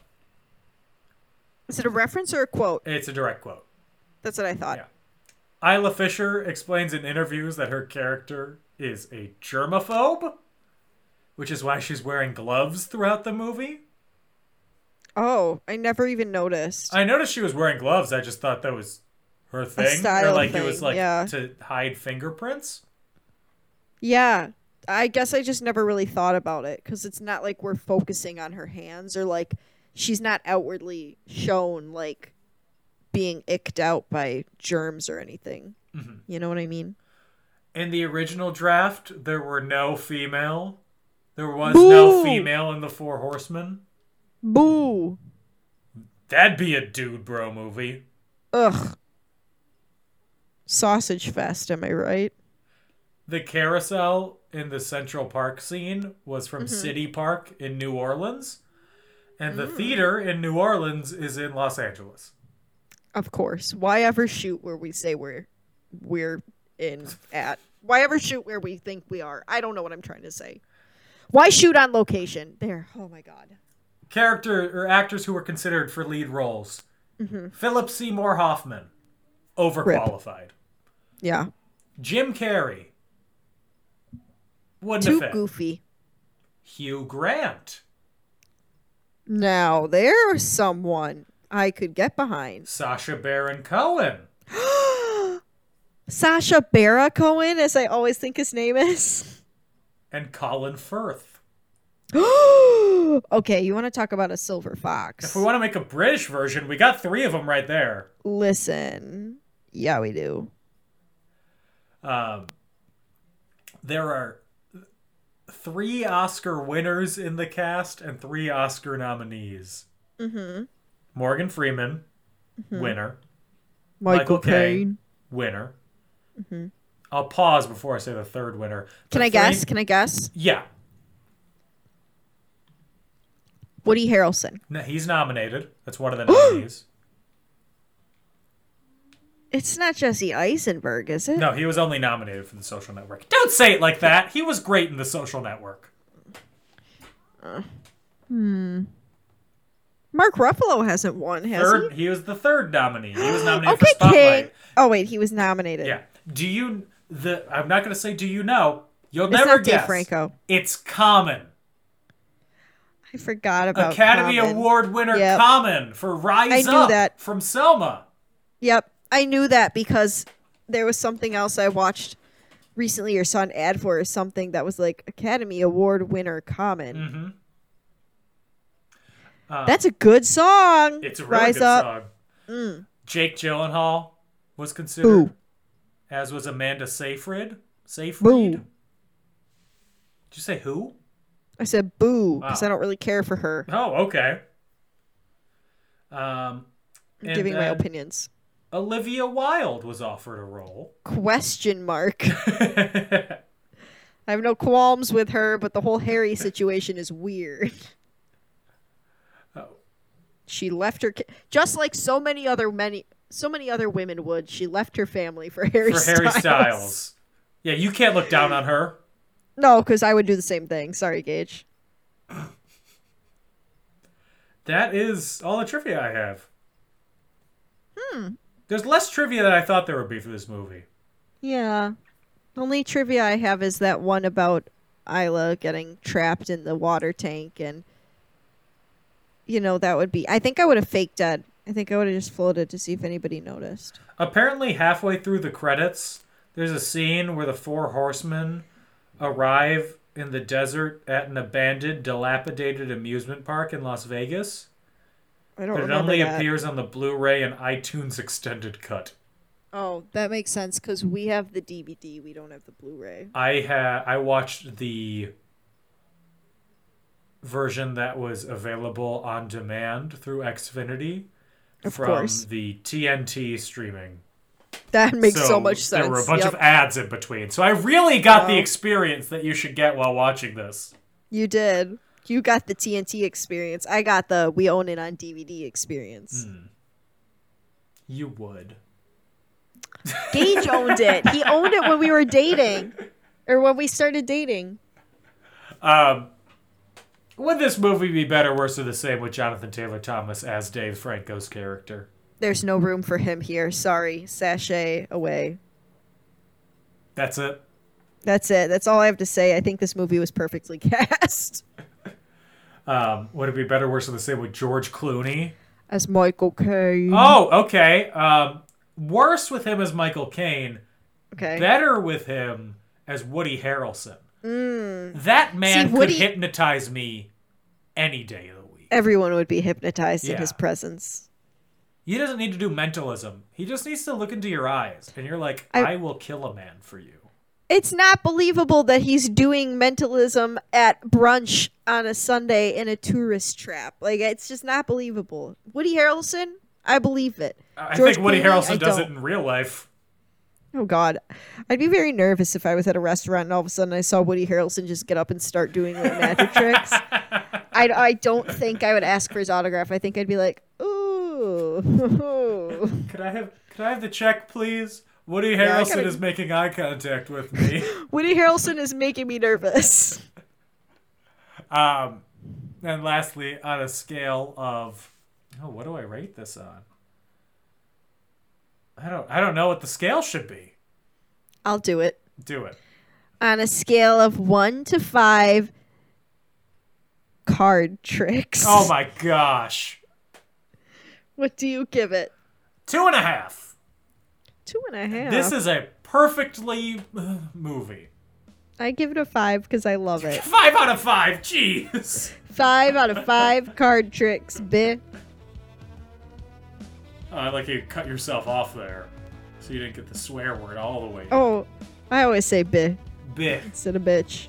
Speaker 2: Is it a reference or a quote?
Speaker 1: it's a direct quote.
Speaker 2: That's what I thought.
Speaker 1: Yeah. Isla Fisher explains in interviews that her character is a germaphobe, which is why she's wearing gloves throughout the movie.
Speaker 2: Oh, I never even noticed.
Speaker 1: I noticed she was wearing gloves. I just thought that was her thing, or
Speaker 2: style
Speaker 1: like it was
Speaker 2: thing,
Speaker 1: like
Speaker 2: yeah.
Speaker 1: to hide fingerprints.
Speaker 2: yeah. I guess I just never really thought about it because it's not like we're focusing on her hands or like she's not outwardly shown like being icked out by germs or anything.
Speaker 1: Mm-hmm.
Speaker 2: You know what I mean?
Speaker 1: In the original draft, there were no female. There was no
Speaker 2: Boo!
Speaker 1: female in the Four Horsemen.
Speaker 2: Boo.
Speaker 1: That'd be a dude bro movie.
Speaker 2: Ugh. Sausage fest, am I right?
Speaker 1: The carousel in the Central Park scene was from
Speaker 2: Mm-hmm.
Speaker 1: City Park in New Orleans, and
Speaker 2: Mm.
Speaker 1: the theater in New Orleans is in Los Angeles.
Speaker 2: Of course. Why ever shoot where we say we're we're in at? Why ever shoot where we think we are? I don't know what I'm trying to say. Why shoot on location? There. Oh my god.
Speaker 1: Character or actors who were considered for lead roles:
Speaker 2: Mm-hmm.
Speaker 1: Philip Seymour Hoffman, overqualified.
Speaker 2: Yeah.
Speaker 1: Jim Carrey, wouldn't
Speaker 2: Too
Speaker 1: have fit.
Speaker 2: goofy.
Speaker 1: Hugh Grant,
Speaker 2: Now there's someone I could get behind.
Speaker 1: Sasha Baron Cohen,
Speaker 2: Sasha Barra Cohen, as I always think his name is.
Speaker 1: and Colin Firth.
Speaker 2: okay, you want to talk about a silver fox?
Speaker 1: If we want to make a British version, we got three of them right there.
Speaker 2: Listen. Yeah, we do.
Speaker 1: Um, there are three Oscar winners in the cast and three Oscar nominees. Mm-hmm. Morgan Freeman,
Speaker 2: Mm-hmm.
Speaker 1: winner. Michael Caine. Winner. Mm-hmm. I'll pause before I say the third winner.
Speaker 2: Can
Speaker 1: The
Speaker 2: I guess?
Speaker 1: three-
Speaker 2: Can I guess?
Speaker 1: Yeah.
Speaker 2: Woody Harrelson.
Speaker 1: No, he's nominated. That's one of the nominees.
Speaker 2: It's not Jesse Eisenberg, is it?
Speaker 1: no, he was only nominated for The Social Network. Don't say it like that. He was great in The Social Network.
Speaker 2: Mark Ruffalo hasn't won, has
Speaker 1: Third,
Speaker 2: he?
Speaker 1: he was the third nominee. He was nominated for
Speaker 2: Okay,
Speaker 1: Spotlight.
Speaker 2: King. Oh wait, he was nominated.
Speaker 1: Yeah. Do you the I'm not gonna say do you know? You'll
Speaker 2: It's
Speaker 1: never
Speaker 2: not Dave
Speaker 1: guess.
Speaker 2: Franco.
Speaker 1: It's Common.
Speaker 2: I forgot about
Speaker 1: Academy
Speaker 2: Oh, Common.
Speaker 1: Award winner
Speaker 2: Yep.
Speaker 1: Common for Rise
Speaker 2: I knew
Speaker 1: Up
Speaker 2: that.
Speaker 1: from Selma.
Speaker 2: Yep, I knew that because there was something else I watched recently or saw an ad for or something that was like Academy Award winner Common.
Speaker 1: Mm-hmm.
Speaker 2: That's a good song.
Speaker 1: Uh, It's a really
Speaker 2: Rise
Speaker 1: good
Speaker 2: up. Mm.
Speaker 1: song. Jake Gyllenhaal was considered,
Speaker 2: Boo.
Speaker 1: as was Amanda Seyfried. Seyfried.
Speaker 2: Boo.
Speaker 1: Did you say who?
Speaker 2: I said boo because
Speaker 1: Wow.
Speaker 2: I don't really care for her.
Speaker 1: Oh, okay. Um,
Speaker 2: I'm
Speaker 1: and
Speaker 2: giving my
Speaker 1: then
Speaker 2: opinions.
Speaker 1: Olivia Wilde was offered a role.
Speaker 2: Question mark. I have no qualms with her, but the whole Harry situation is weird.
Speaker 1: Oh.
Speaker 2: She left her ki- just like so many other many so many other women would. She left her family for Harry
Speaker 1: for
Speaker 2: Styles.
Speaker 1: Harry Styles. Yeah, you can't look down on her.
Speaker 2: No, because I would do the same thing. Sorry, Gage.
Speaker 1: That is all the trivia I have. Hmm.
Speaker 2: Hmm.
Speaker 1: There's less trivia than I thought there would be for this movie.
Speaker 2: Yeah. Only trivia I have is that one about Isla getting trapped in the water tank and you know, that would be I think I would have faked dead. I think I would have just floated to see if anybody noticed.
Speaker 1: Apparently, halfway through the credits, there's a scene where the four horsemen arrive in the desert at an abandoned, dilapidated amusement park in Las Vegas.
Speaker 2: I don't
Speaker 1: But it
Speaker 2: Oh, remember
Speaker 1: only
Speaker 2: that.
Speaker 1: appears on the Blu ray and iTunes extended cut.
Speaker 2: Oh, that makes sense because we have the DVD, we don't have the Blu-ray.
Speaker 1: I ha- I watched the version that was available on demand through Xfinity
Speaker 2: Of
Speaker 1: from
Speaker 2: course.
Speaker 1: the TNT streaming.
Speaker 2: That makes so, much sense.
Speaker 1: There were a bunch
Speaker 2: Yep.
Speaker 1: of ads in between, so I really got the experience that you should get while watching this.
Speaker 2: you did. You got the TNT experience. I got the we own it on DVD experience.
Speaker 1: Hmm. You would.
Speaker 2: Gage owned it. He owned it when we were dating, or when we started dating.
Speaker 1: Would this movie be better, worse, or the same with Jonathan Taylor Thomas as Dave Franco's character?
Speaker 2: There's no room for him here. Sorry, sashay away.
Speaker 1: That's it.
Speaker 2: That's it. That's all I have to say. I think this movie was perfectly cast
Speaker 1: Um, would it be better, worse, or the same with George Clooney?
Speaker 2: as Michael Caine.
Speaker 1: Oh, okay. Um, worse with him as Michael Caine,
Speaker 2: okay.
Speaker 1: better with him as Woody Harrelson. That man
Speaker 2: Hmm. See,
Speaker 1: could
Speaker 2: Woody-
Speaker 1: hypnotize me any day of the week.
Speaker 2: Everyone would be hypnotized in
Speaker 1: Yeah.
Speaker 2: his presence.
Speaker 1: He doesn't need to do mentalism. He just needs to look into your eyes, and you're like, I,
Speaker 2: I-
Speaker 1: will kill a man for you.
Speaker 2: It's not believable that he's doing mentalism at brunch on a Sunday in a tourist trap. Like it's just not believable. Woody Harrelson, I believe it.
Speaker 1: I I
Speaker 2: George
Speaker 1: think Woody
Speaker 2: Clooney,
Speaker 1: Harrelson
Speaker 2: I
Speaker 1: does it
Speaker 2: don't.
Speaker 1: in real life.
Speaker 2: Oh God, I'd be very nervous if I was at a restaurant and all of a sudden I saw Woody Harrelson just get up and start doing little magic tricks. I, I don't think I would ask for his autograph. I think I'd be like, ooh,
Speaker 1: Could I have? Could I have the check, please? Woody
Speaker 2: I
Speaker 1: Harrelson
Speaker 2: gotta-
Speaker 1: is making eye contact with me.
Speaker 2: Woody Harrelson is making me nervous.
Speaker 1: Um, and lastly, on a scale of, oh, what do I rate this on? I don't, I don't know what the scale should be.
Speaker 2: I'll do it
Speaker 1: Do it.
Speaker 2: on a scale of one to five. Card tricks.
Speaker 1: Oh my gosh,
Speaker 2: What do you give it?
Speaker 1: two and a half.
Speaker 2: Two and a half.
Speaker 1: This is a perfectly uh, movie.
Speaker 2: I give it a five because I love it.
Speaker 1: Five out of five. Jeez.
Speaker 2: five out of five card tricks, bitch.
Speaker 1: Oh, I like you cut yourself off there, so you didn't get the swear word all the way.
Speaker 2: Oh, I always say bitch
Speaker 1: Bit.
Speaker 2: instead of bitch.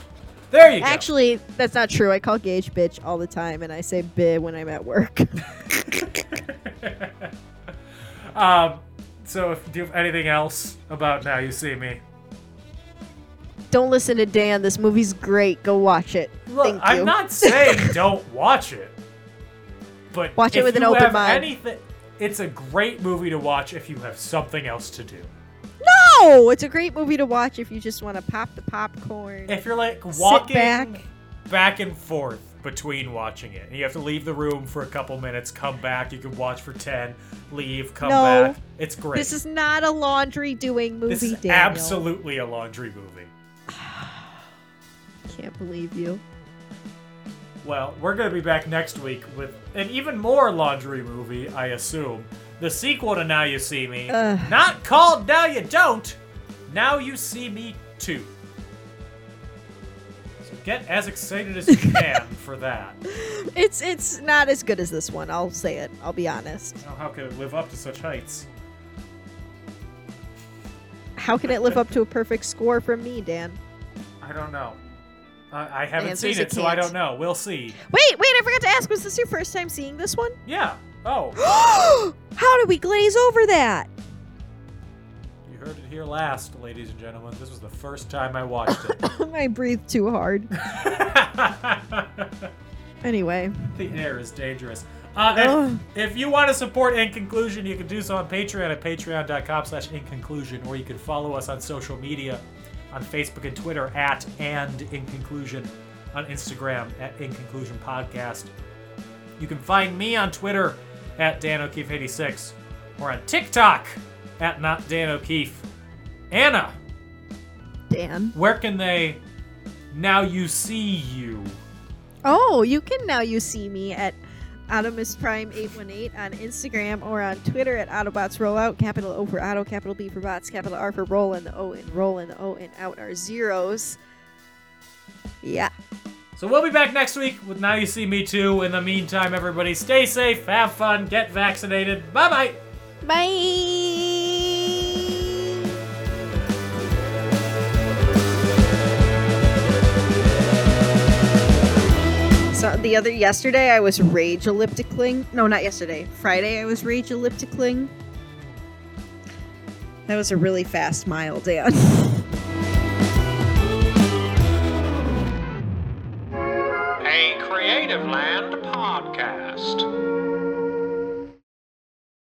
Speaker 1: There you go.
Speaker 2: Actually, that's not true. I call Gage bitch all the time, and I say bitch when I'm at work.
Speaker 1: um, so if, do you have anything else about Now You See Me?
Speaker 2: Don't listen to Dan. This movie's great. Go watch it.
Speaker 1: Look,
Speaker 2: Thank you.
Speaker 1: I'm not saying don't watch it, but
Speaker 2: Watch it
Speaker 1: if
Speaker 2: with an
Speaker 1: you
Speaker 2: open
Speaker 1: have
Speaker 2: mind.
Speaker 1: Anything, it's a great movie to watch if you have something else to do.
Speaker 2: No, it's a great movie to watch if you just want to pop the popcorn.
Speaker 1: If you're like walking
Speaker 2: back.
Speaker 1: back and forth between watching it. And you have to leave the room for a couple minutes, come back. You can watch for 10, leave, come
Speaker 2: No.
Speaker 1: back. It's great.
Speaker 2: This is not a laundry doing movie,
Speaker 1: This is
Speaker 2: Daniel.
Speaker 1: absolutely a laundry movie.
Speaker 2: Can't believe you.
Speaker 1: Well, we're going to be back next week with an even more laundry movie, I assume. The sequel to Now You See Me. Not called Now You Don't, Now You See Me 2. So get as excited as you can for that.
Speaker 2: It's it's not as good as this one. I'll say it. I'll be honest.
Speaker 1: Now, how could it live up to such heights?
Speaker 2: How can it live up to a perfect score from me, Dan?
Speaker 1: I don't know. I, I haven't
Speaker 2: answer
Speaker 1: seen
Speaker 2: is
Speaker 1: it,
Speaker 2: it
Speaker 1: so I
Speaker 2: can't.
Speaker 1: don't know. We'll see.
Speaker 2: Wait, wait, I forgot to ask. Was this your first time seeing this one?
Speaker 1: Yeah. Oh,
Speaker 2: How did we glaze over that?
Speaker 1: you heard it here last, ladies and gentlemen. This was the first time I watched it.
Speaker 2: I breathed too hard. Anyway,
Speaker 1: The air is dangerous. Uh, if-
Speaker 2: Ugh.
Speaker 1: if, you want to support In Conclusion, you can do so on Patreon at patreon.com slash inconclusion, or you can follow us on social media on Facebook and Twitter at and In Conclusion, on Instagram at In Conclusion Podcast. You can find me on Twitter at Dan O'Keefe86 or on TikTok at not Dan O'Keefe. Anna,
Speaker 2: Dan.
Speaker 1: where can they now you see you?
Speaker 2: Oh, you can now you see me at Adamus Prime 818 on Instagram or on Twitter at Autobots Rollout, capital O for Auto, capital B for Bots, capital R for Roll, and the O in Roll and the O in Out are zeros. Yeah.
Speaker 1: So we'll be back next week with Now You See Me Too. In the meantime, everybody stay safe, have fun, get vaccinated. Bye bye.
Speaker 2: Bye. So the other yesterday I was rage ellipticling. No, not yesterday. Friday I was rage ellipticling. That was a really fast mile, Dan.
Speaker 3: a Creative Land podcast.